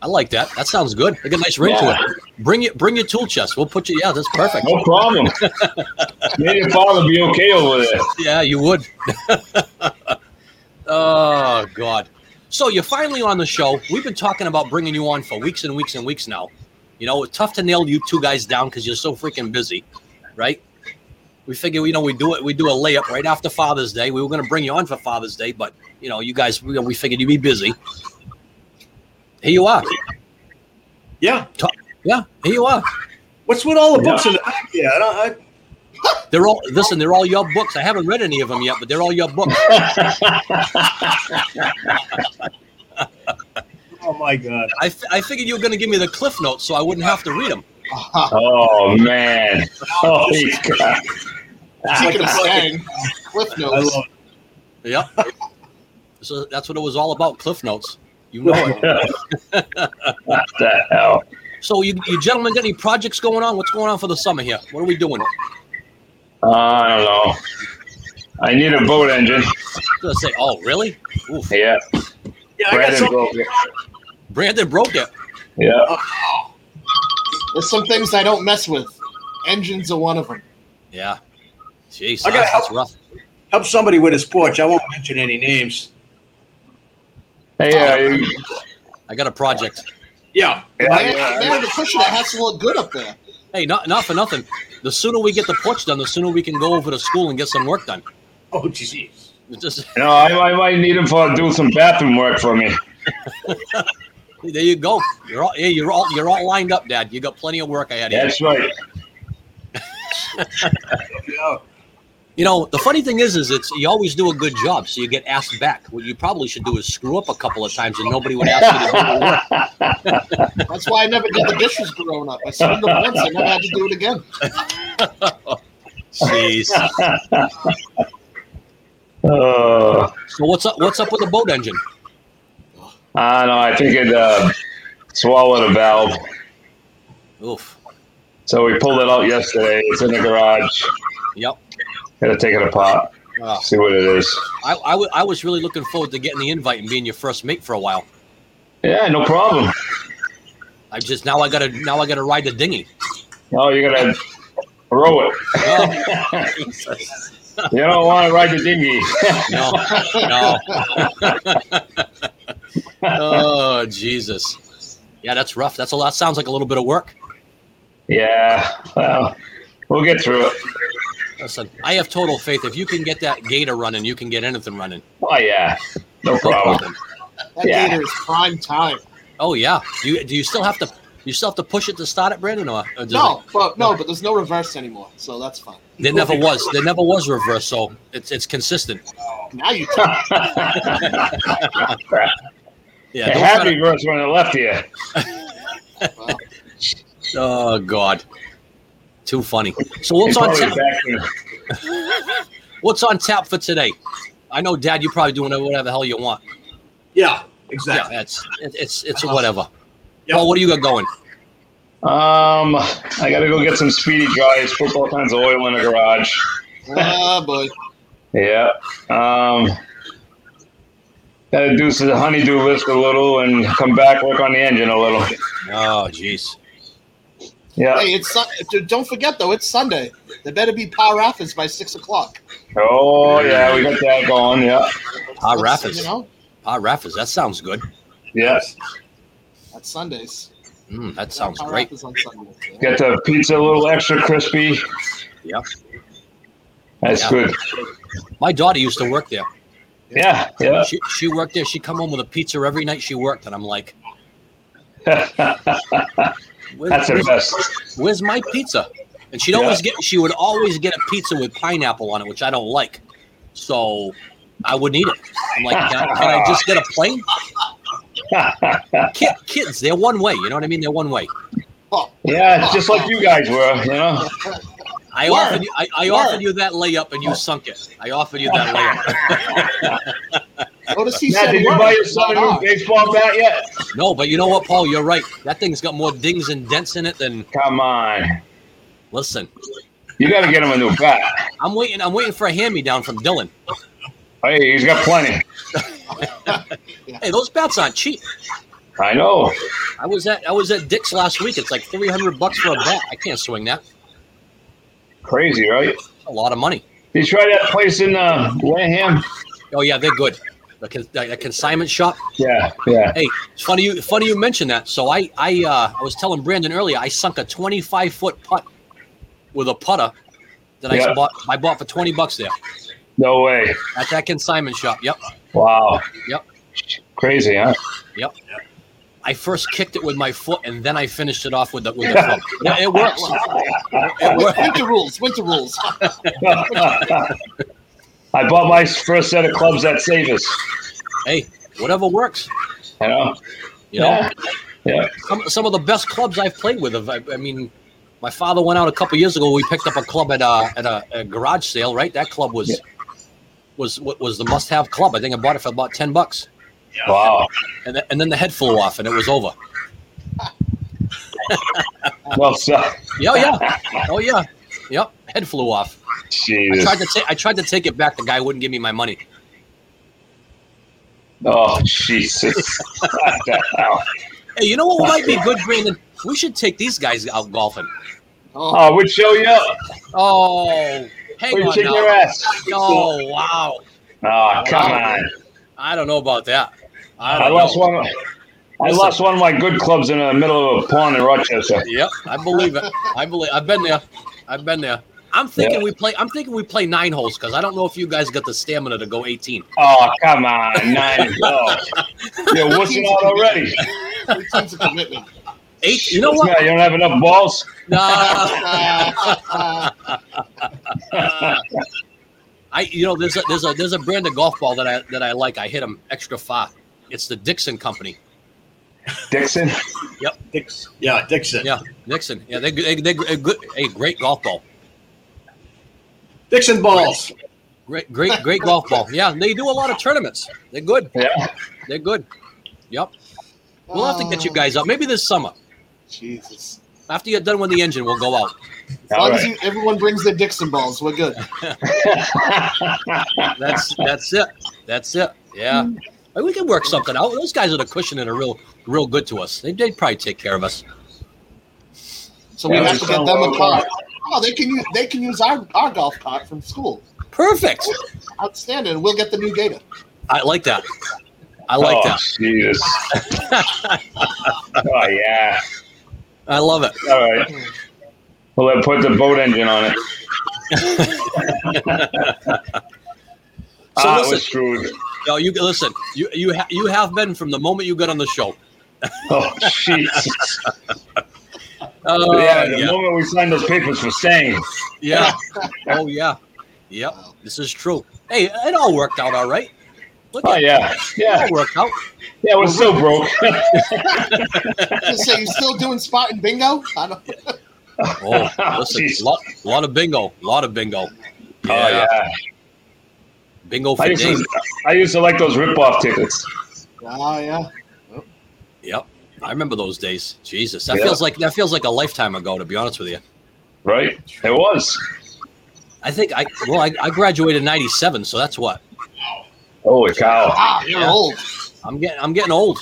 I like that. That sounds good. They got a nice ring Yeah. to it. Bring your bring your tool chest. We'll put you. Yeah, that's perfect. No problem. Me and your father be okay over there. Yeah, you would. oh God. So you're finally on the show. We've been talking about bringing you on for weeks and weeks and weeks now. You know, it's tough to nail you two guys down because you're so freaking busy, right? We figure, you know, we do it. We do a layup right after Father's Day. We were going to bring you on for Father's Day, but you know, you guys, we, we figured you'd be busy. Here you are. Yeah. Yeah, here you are. What's with all the books in the back? Yeah, I don't, I, They're all listen. They're all your books. I haven't read any of them yet, but they're all your books. oh my god. I, f- I figured you were going to give me the cliff notes so I wouldn't have to read them. Oh man. Holy crap. Speaking of I love it. saying, Cliff I Notes. love Yep. so that's what it was all about, Cliff Notes. You know it. what the hell? So you, you gentlemen got any projects going on? What's going on for the summer here? What are we doing? I don't know. I need a boat engine. Gonna say, oh really? Oof. Yeah. Yeah, I got Brandon something. broke it. Brandon broke it. Yeah. There's some things I don't mess with. Engines are one of them. Yeah. Jeez, I that's, got- that's rough. Help somebody with his porch. I won't mention any names. Hey, uh, you- I got a project. Yeah. yeah, man, yeah. man, the cushion it has to look good up there. Hey, not not for nothing. The sooner we get the porch done, the sooner we can go over to school and get some work done. Oh, jeez. It's just No, I, I might need him for do some bathroom work for me. there you go. You're all yeah, you're all you're all lined up, Dad. You got plenty of work ahead of you. That's right. Yeah. You know, the funny thing is, is it's you always do a good job, so you get asked back. What you probably should do is screw up a couple of times, and nobody would ask you to do the work. That's why I never did the dishes growing up. I screwed them once. I never had to do it again. Jeez. Uh, So what's up? What's up with the boat engine? I don't know. I think it uh, swallowed a valve. Oof. So we pulled it out yesterday. It's in the garage. Yep. Gotta take it apart, Uh, see what it is. I, I, w- I was really looking forward to getting the invite and being your first mate for a while. Yeah, no problem. I just now I gotta now I gotta ride the dinghy. Oh, you're gonna row it. No, You don't want to ride the dinghy. no, no. oh Jesus! Yeah, that's rough. That's a lot. Sounds like a little bit of work. yeah, well, we'll get through it. Listen, I have total faith. If you can get that gator running, you can get anything running. Oh yeah, no problem. That Yeah. gator is prime time. Oh yeah. Do you do you still have to you still have to push it to start it, Brandon? Or, or does No, but no, but there's no reverse anymore, so that's fine. it- there never was. There never was reverse. So it's it's consistent. Now you tell me. Yeah. It don't had try to- reverse when it left you. Well, Oh God, too funny. So what's It's on probably tap? back in- What's on tap for today? I know, Dad. You're probably doing whatever the hell you want. Yeah, Yeah, exactly. it's it- it's it's Uh-huh. whatever. Yeah. Well, what do you got going? Um, I gotta go get some speedy drives. Put all kinds of oil in the garage. oh boy. Yeah. Um, gotta do some honeydew list a little and come back work on the engine a little. Oh, jeez. Yeah. Hey, it's Sun- dude, don't forget though, it's Sunday. There better be power offers by six o'clock. Oh yeah, we got that going. Yeah. Ah, That's- Raffas. You know, Ah, Raffas. That sounds good. Yes. that's Sundays. Mm, that sounds Power great. Raffas on Sunday. Get the pizza a little extra crispy. Yep. That's Yeah. good. My daughter used to work there. Yeah. Yeah. She she worked there. She come home with a pizza every night she worked, and I'm like, where- That's the where's, best. where's my pizza? And she'd Yeah. always get she would always get a pizza with pineapple on it, which I don't like. So I would eat it. I'm like, can I, can I just get a plain? Kid, kids, they're one way. You know what I mean? They're one way. Oh, Yeah, it's just like you guys were, you know. I Word. offered you, I, I Word. offered you that layup and you sunk it. I offered you that layup. notice he Matt, said did you word, buy your son a not new ours. baseball bat yet? No, but you know what, Paul? You're right. That thing's got more dings and dents in it than. Come on. Listen, You got to get him a new bat. I'm waiting. I'm waiting for a hand me down from Dylan. Hey, he's got plenty. Hey, those bats aren't cheap. I know. I was at I was at Dick's last week. It's like 300 bucks for a bat. I can't swing that. Crazy, right? A lot of money. Did you try that place in uh, Wareham? Oh yeah, they're good. The, con- the, the consignment shop. Yeah, yeah. Hey, it's funny you funny you mentioned that. So I I uh, I was telling Brandon earlier I sunk a 25 foot putt with a putter that I Yeah. bought I bought for 20 bucks there No way. at that consignment shop. Yep. Wow. Yep. Crazy, huh? I first kicked it with my foot and then I finished it off with the with the club. Yeah, it works. It Win- works. Winter rules. Winter rules. I bought my first set of clubs at Savers. Hey, whatever works. You know? You know, Yeah. some, some of the best clubs I've played with. have- I, I mean, my father went out a couple years ago. We picked up a club at a at a, a garage sale. Right, that club was Yeah. was was was the must have club. I think I bought it for about ten bucks, Wow. and th- and then the head flew off, and it was over. Well, so, Yeah, yeah, oh yeah, yep. Head flew off. I Jesus. tried to ta- I tried to take it back. The guy wouldn't give me my money. Oh, Jesus. What the hell? Hey, you know what might be good, Brandon? We should take these guys out golfing. Oh, Oh, we'd show you up. Oh, hang We'd on kick your now. ass. Oh, wow. Oh, come on. I don't know about that. I, don't I lost know. one. of- I lost one of my good clubs in the middle of a pond in Rochester. Yep, I believe it. I believe. I've been there. I've been there. I'm thinking Yeah. we play. I'm thinking we play nine holes because I don't know if you guys got the stamina to go 18. Oh, come on, nine. Oh. You're wussing out already. it takes a commitment. Eight. You know what? Yeah, you don't have enough balls. Nah. Uh, uh, I you know there's a, there's a there's a brand of golf ball that I that I like. I hit them extra far. It's the Dixon Company. Dixon. Dix, yeah, Dixon. Yeah, Dixon. Yeah, they they they a good a great golf ball. Dixon balls. Great great great golf ball. Yeah, they do a lot of tournaments. They're good. Yeah. They're good. Yep. We'll have to get uh, you guys up. Maybe this summer. Jesus. After you're done with the engine, we'll go out. As All long as right. you, everyone brings their Dixon balls, we're good. That's that's it. That's it. Yeah. Hey, We can work something out. Those guys are the cushion and are real real good to us. They they probably take care of us. So we Yeah, have we to get sell them all a the cart. Oh, they can use they can use our, our golf cart from school. Perfect. Outstanding. We'll get the new Gator. I like that. I like oh, that. Jesus. oh yeah. I love it. All right. Well, I put the boat engine on it. So ah, it listen- was screwed. No, you listen. You you ha- you have been from the moment you got on the show. Oh, Jesus. Oh yeah, the yeah. moment we signed those papers for staying. yeah. oh yeah. Yep. This is true. Hey, it all worked out all right. Look Oh, at yeah. it Yeah. all worked out. Yeah, we're still broke. Just say you still doing spot and bingo? I don't Oh, listen, Jeez. lot, lot of bingo, lot of bingo. Oh, yeah. bingo for I used, days. to, I used to like those rip-off tickets. Oh yeah. Yep, I remember those days. Jesus, that Yeah. feels like that feels like a lifetime ago. To be honest with you, Right? It was. I think I well, I, I graduated in '97, so that's what Holy cow. Ah, you're Yeah. old. I'm getting. I'm getting old.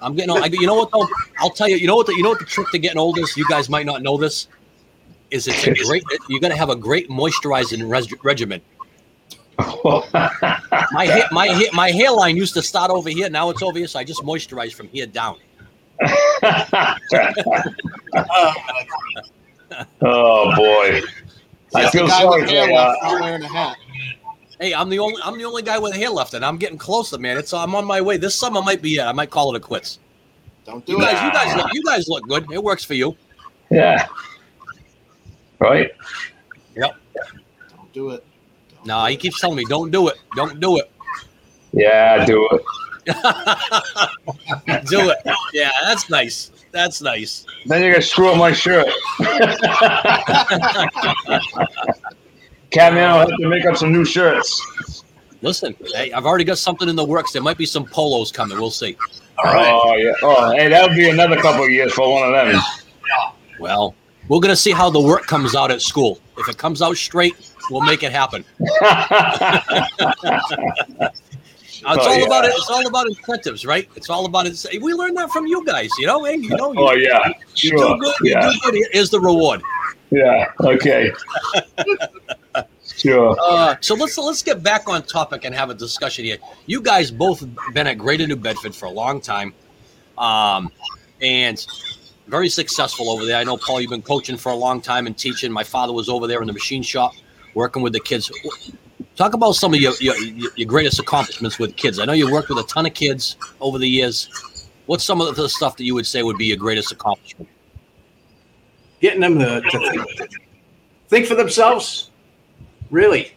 I'm getting old. I, you know what though? I'll tell you. You know what? The, you know what the trick to getting old is? You guys might not know this. Is it's a great. You got to have a great moisturizing res- regimen. My hair, my hair, my hairline used to start over here. Now it's over here, so I just moisturize from here down. Uh, oh, boy. I That's feel the guy sorry with for hair uh, left not wearing a hat. Hey, I'm the only I'm the only guy with hair left, and I'm getting closer, man. It's I'm on my way. This summer might be it. I might call it a quits. Don't You do it. guys, you guys, look, you guys look good. It works for you. Yeah. Right? Don't do it. Don't No, he keeps telling me, don't do it, don't do it, Yeah, do it. do it. Yeah, that's nice. That's nice. Then you're gonna screw up my shirt. Catman, I'll have to make up some new shirts. Listen, hey, I've already got something in the works. There might be some polos coming. We'll see. All right. Oh yeah. Oh, hey, that would be another couple of years for one of them. Well, we're gonna see how the work comes out at school. If it comes out straight, we'll make it happen. It's Oh, all yeah. about it. It's all about incentives, right? It's all about it. We learned that from you guys. You know, hey, you know, you, oh yeah. you Sure. do good. You Yeah. do good. Here- Here's the reward. Yeah. Okay. sure. Uh, so let's let's get back on topic and have a discussion here. You guys both been at Greater New Bedford for a long time, um, and very successful over there. I know Paul, you've been coaching for a long time and teaching. My father was over there in the machine shop working with the kids. Talk about some of your your, your greatest accomplishments with kids. I know you worked with a ton of kids over the years. What's some of the stuff that you would say would be your greatest accomplishment? Getting them to, to think, think for themselves. Really.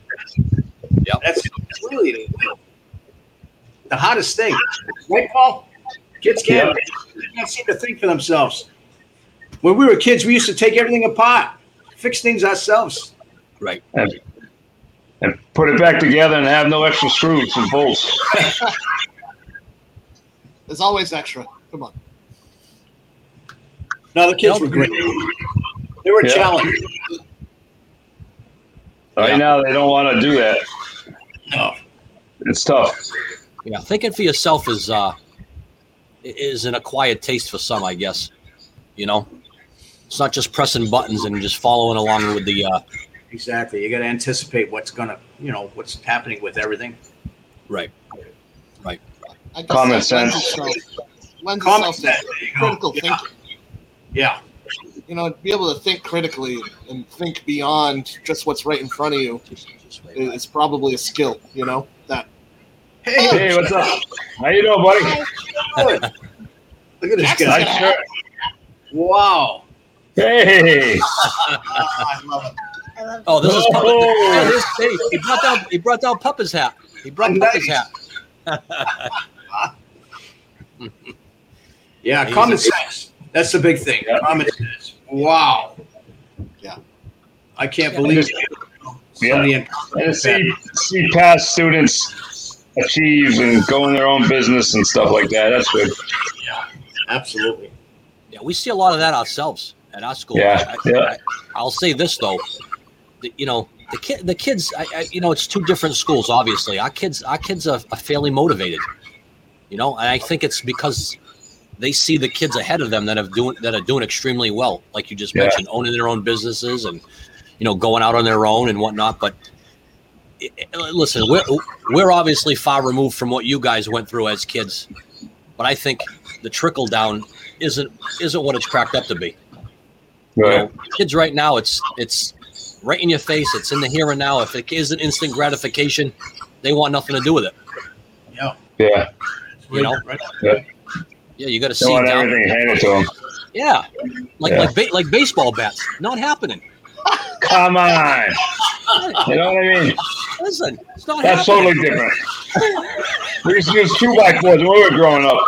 Yeah. That's really the, the hottest thing. Right, Paul? Kids can't, they can't seem to think for themselves. When we were kids, we used to take everything apart, fix things ourselves. Right. And, and put it back together and have no extra screws and bolts. There's always extra. Come on. No, the kids Nope. were great. They were a Yeah. challenge. Right Yeah. now, they don't want to do that. No. It's tough. Yeah, thinking for yourself is uh is an acquired taste for some, I guess. You know, it's not just pressing buttons and just following along with the uh, Exactly. You got to anticipate what's going to, you know, what's happening with everything. right. I guess Common that sense. Lends itself, lends Common itself sense. to critical Yeah. thinking. Yeah. You know, be able to think critically and think beyond just what's right in front of you i- is probably a skill. You know that. Hey, what's up? How you doing, buddy? Look at this Jackson's guy. gonna Nice shirt. Wow. Hey. Ah, I love it. I love Oh, this is Oh. Papa. Yeah, this- hey, he brought down he brought down Puppa's hat. He brought Puppa's Nice. hat. Yeah, He's common a- sense. That's the big thing. Common sense. Wow. Yeah. I can't Yeah. believe Yeah. somebody in- and see see past students achieve and go in their own business and stuff like that. That's good. Absolutely. Yeah, we see a lot of that ourselves at our school. Yeah, I, yeah. I, will say this though, the- you know, the kid, the kids, I, I, you know, it's two different schools. Obviously, our kids, our kids are, are fairly motivated. You know, and I think it's because they see the kids ahead of them that have doing that are doing extremely well, like you just Yeah. mentioned, owning their own businesses and you know going out on their own and whatnot. But i- i- listen, we're we're obviously far removed from what you guys went through as kids, but I think the trickle down isn't isn't what it's cracked up to be. You know, Right. kids right now, it's it's right in your face. It's in the here and now. If it isn't instant gratification, they want nothing to do with it. Yeah. Yeah. You know? Right. Yeah, you got to They see want down. everything handed to them. Yeah, like Yeah. like ba- like baseball bats. Not happening. Come on. You know what I mean? Listen, it's not That's happening. totally different. We used to use two by fours when we were growing up.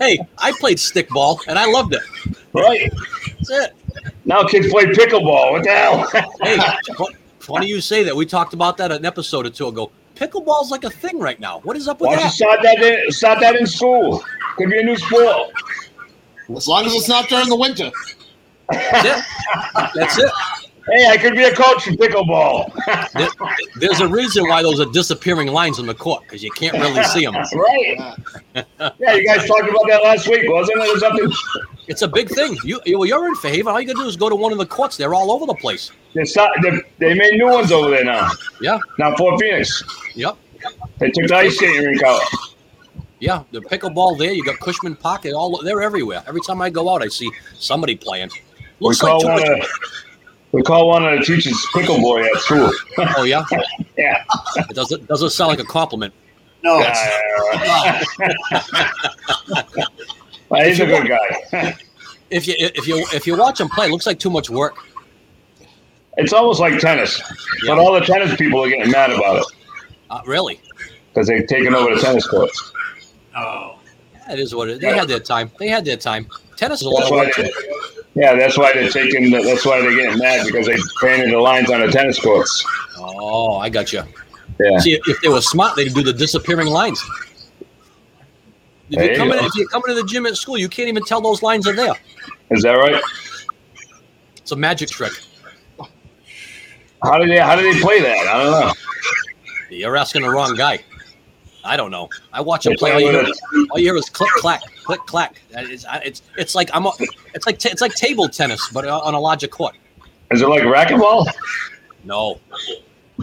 Hey, I played stickball and I loved it. Right. That's it. Now kids play pickleball. What the hell? Hey, fu- funny you say that. We talked about that an episode or two ago. Pickleball's like a thing right now. What is up with Why don't you that? start that in start that in school? Could be a new sport. As long as it's not during the winter. That's it. That's it. Hey, I could be a coach in pickleball. There- There's a reason why those are disappearing lines on the court because you can't really see them. Right. Yeah. Yeah, you guys talked about that last week, wasn't it? Or something? It's a big thing. You you- well, you're in Fairhaven. All you gotta do is go to one of the courts. They're all over the place. They, start, they, they made new ones over there now. Yeah. Now Fort Phoenix. Yep. They took the ice skating rink out. Yeah. The pickleball there. You got Cushman Park. They all they're everywhere. Every time I go out, I see somebody playing. We Looks like call too one of much. the, we call one of the teachers pickle boy at school. Oh yeah. Yeah. It doesn't doesn't sound like a compliment. Oh, No, it's- Uh, well, he's a good guy. If you if you if you watch them play, it looks like too much work. It's almost like tennis, but all the tennis people are getting mad about it Uh, really. because they've taken over the tennis courts. oh, That is what it, they had their time. They had their time. Tennis is a lot That's of why. work. They, yeah, that's why they're taking. The, that's why they're getting mad because they painted the lines on the tennis courts. Oh, I got you. Yeah. See, if they were smart, they'd do the disappearing lines. If There you're, you coming, go. if you're coming to the gym at school, you can't even tell those lines are there. Is that right? It's a magic trick. How do they? How do they play that? I don't know. You're asking the wrong guy. I don't know. I watch him They play. play All you, with hear, it. all you hear is click clack, click clack. That is- I- It's, it's like I'm. A, it's like t- it's like table tennis, but on a larger court. Is it like racquetball? No,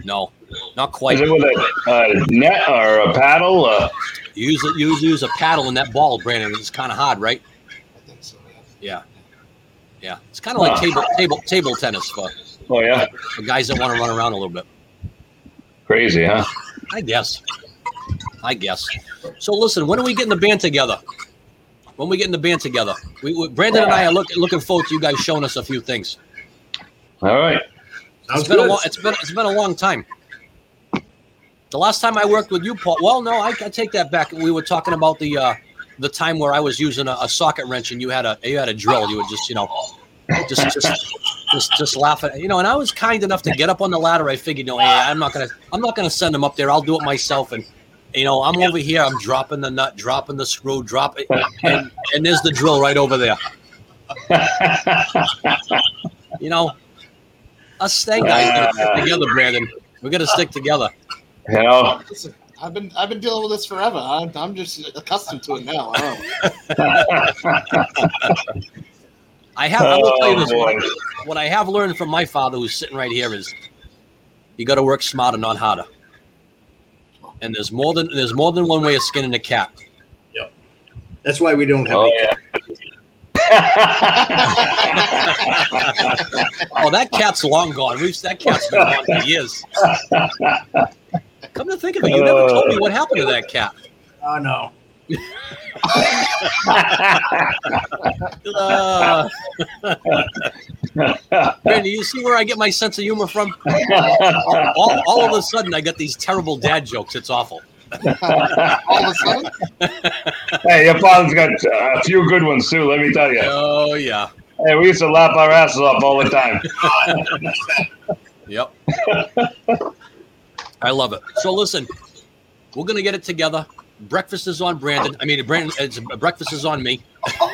no, not Is quite. it with a, a net or a paddle? Uh, You use you use a paddle in that ball, Brandon. It's kind of hard, right? I think so, yeah. Yeah, yeah. It's kind of like Huh. table table table tennis for, oh yeah, for guys that want to run around a little bit. crazy, huh? I guess. I guess. So listen, when are we getting the band together? When we getting the band together? We, we Brandon and I are look, looking forward to you guys showing us a few things. All right. sounds It's been a good. long, it's been it's been a long time. The last time I worked with you, Paul. Well, no, I, I take that back. We were talking about the uh, the time where I was using a, a socket wrench and you had a you had a drill. You would just you know just just just just laugh at you know. And I was kind enough to get up on the ladder. I figured, you know, hey, I'm not gonna I'm not gonna send him up there. I'll do it myself. And you know, I'm over here. I'm dropping the nut, dropping the screw, dropping, and and there's the drill right over there. You know, us stay guys gotta stick together, Brandon. We gotta stick together. You know, Listen, I've been I've been dealing with this forever. I'm, I'm just accustomed to it now. I don't know. I have. I will tell you this: Oh, what, boy. I, what I have learned from my father, who's sitting right here, is you got to work smarter, not harder. And there's more than there's more than one way of skinning a cat. That's why we don't have. oh any- yeah. Oh, that cat's long gone. We've, that cat's been gone for years. Come to think of it, you never told me what happened to that cat. Oh no. Uh, Randy, you see where I get my sense of humor from? All, all, all of a sudden, I got these terrible dad jokes. It's awful. All of a sudden, Hey, your father's got uh, a few good ones too. Let me tell you. Oh yeah, Hey, we used to laugh our asses off all the time. yep. I love it. So listen, we're gonna get it together. Breakfast is on Brandon. I mean, Brandon. It's, breakfast is on me.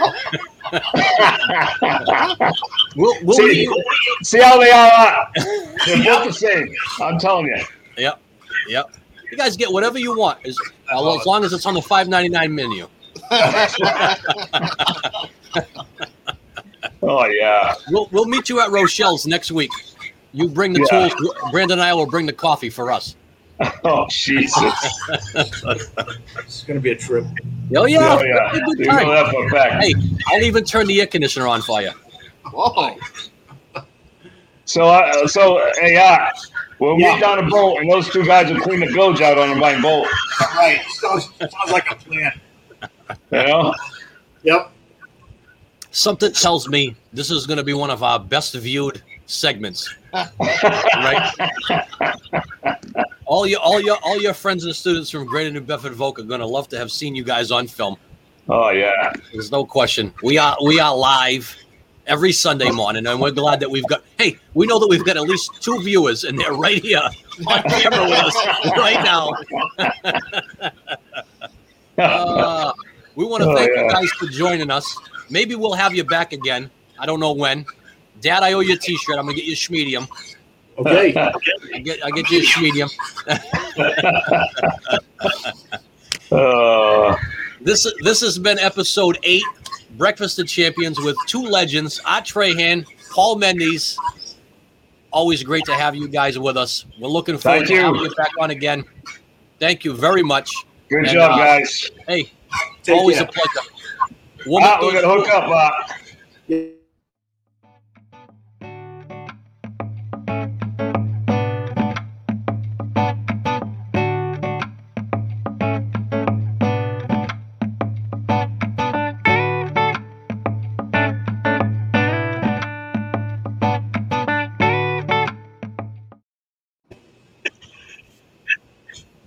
We'll, we'll See- reun- See how they all are. They're both the same. I'm telling you. Yep. Yep. You guys get whatever you want as, uh, as long as it's on the five ninety nine menu. Oh yeah. We'll, we'll meet you at Rochelle's next week. You bring the Yeah. tools. Brandon and I will bring the coffee for us. Oh Jesus. It's going to be a trip. Oh yeah, Oh yeah. Have a good You time. know that for a fact. Hey, I'll even turn the air conditioner on for you. whoa, So, uh, so hey, uh, we'll Yeah. meet down the boat, and those two guys will clean the bilge out on the main boat. All right. Sounds, sounds like a plan. You know? Yep. Something tells me this is going to be one of our best viewed segments. right? All your, all your, all your friends and students from Greater New Bedford Volk are going to love to have seen you guys on film. Oh yeah. There's no question. We are we are live every Sunday morning, and we're glad that we've got. Hey, we know that we've got at least two viewers, and they're right here on camera with us right now. Uh, we want to Oh, thank you yeah. guys for joining us. Maybe we'll have you back again. I don't know when. Dad, I owe you a T-shirt. I'm gonna get you a schmedium. Okay. I get I get you a schmedium. Uh, This this has been episode eight, Breakfast of Champions with two legends, Art Trahan, Paul Mendes. Always great to have you guys with us. We're looking forward Thank to you. having you back on again. Thank you very much. good And, job, uh, guys. Hey, Take always care. a pleasure. Ah, we're gonna hook up. Uh, Yeah.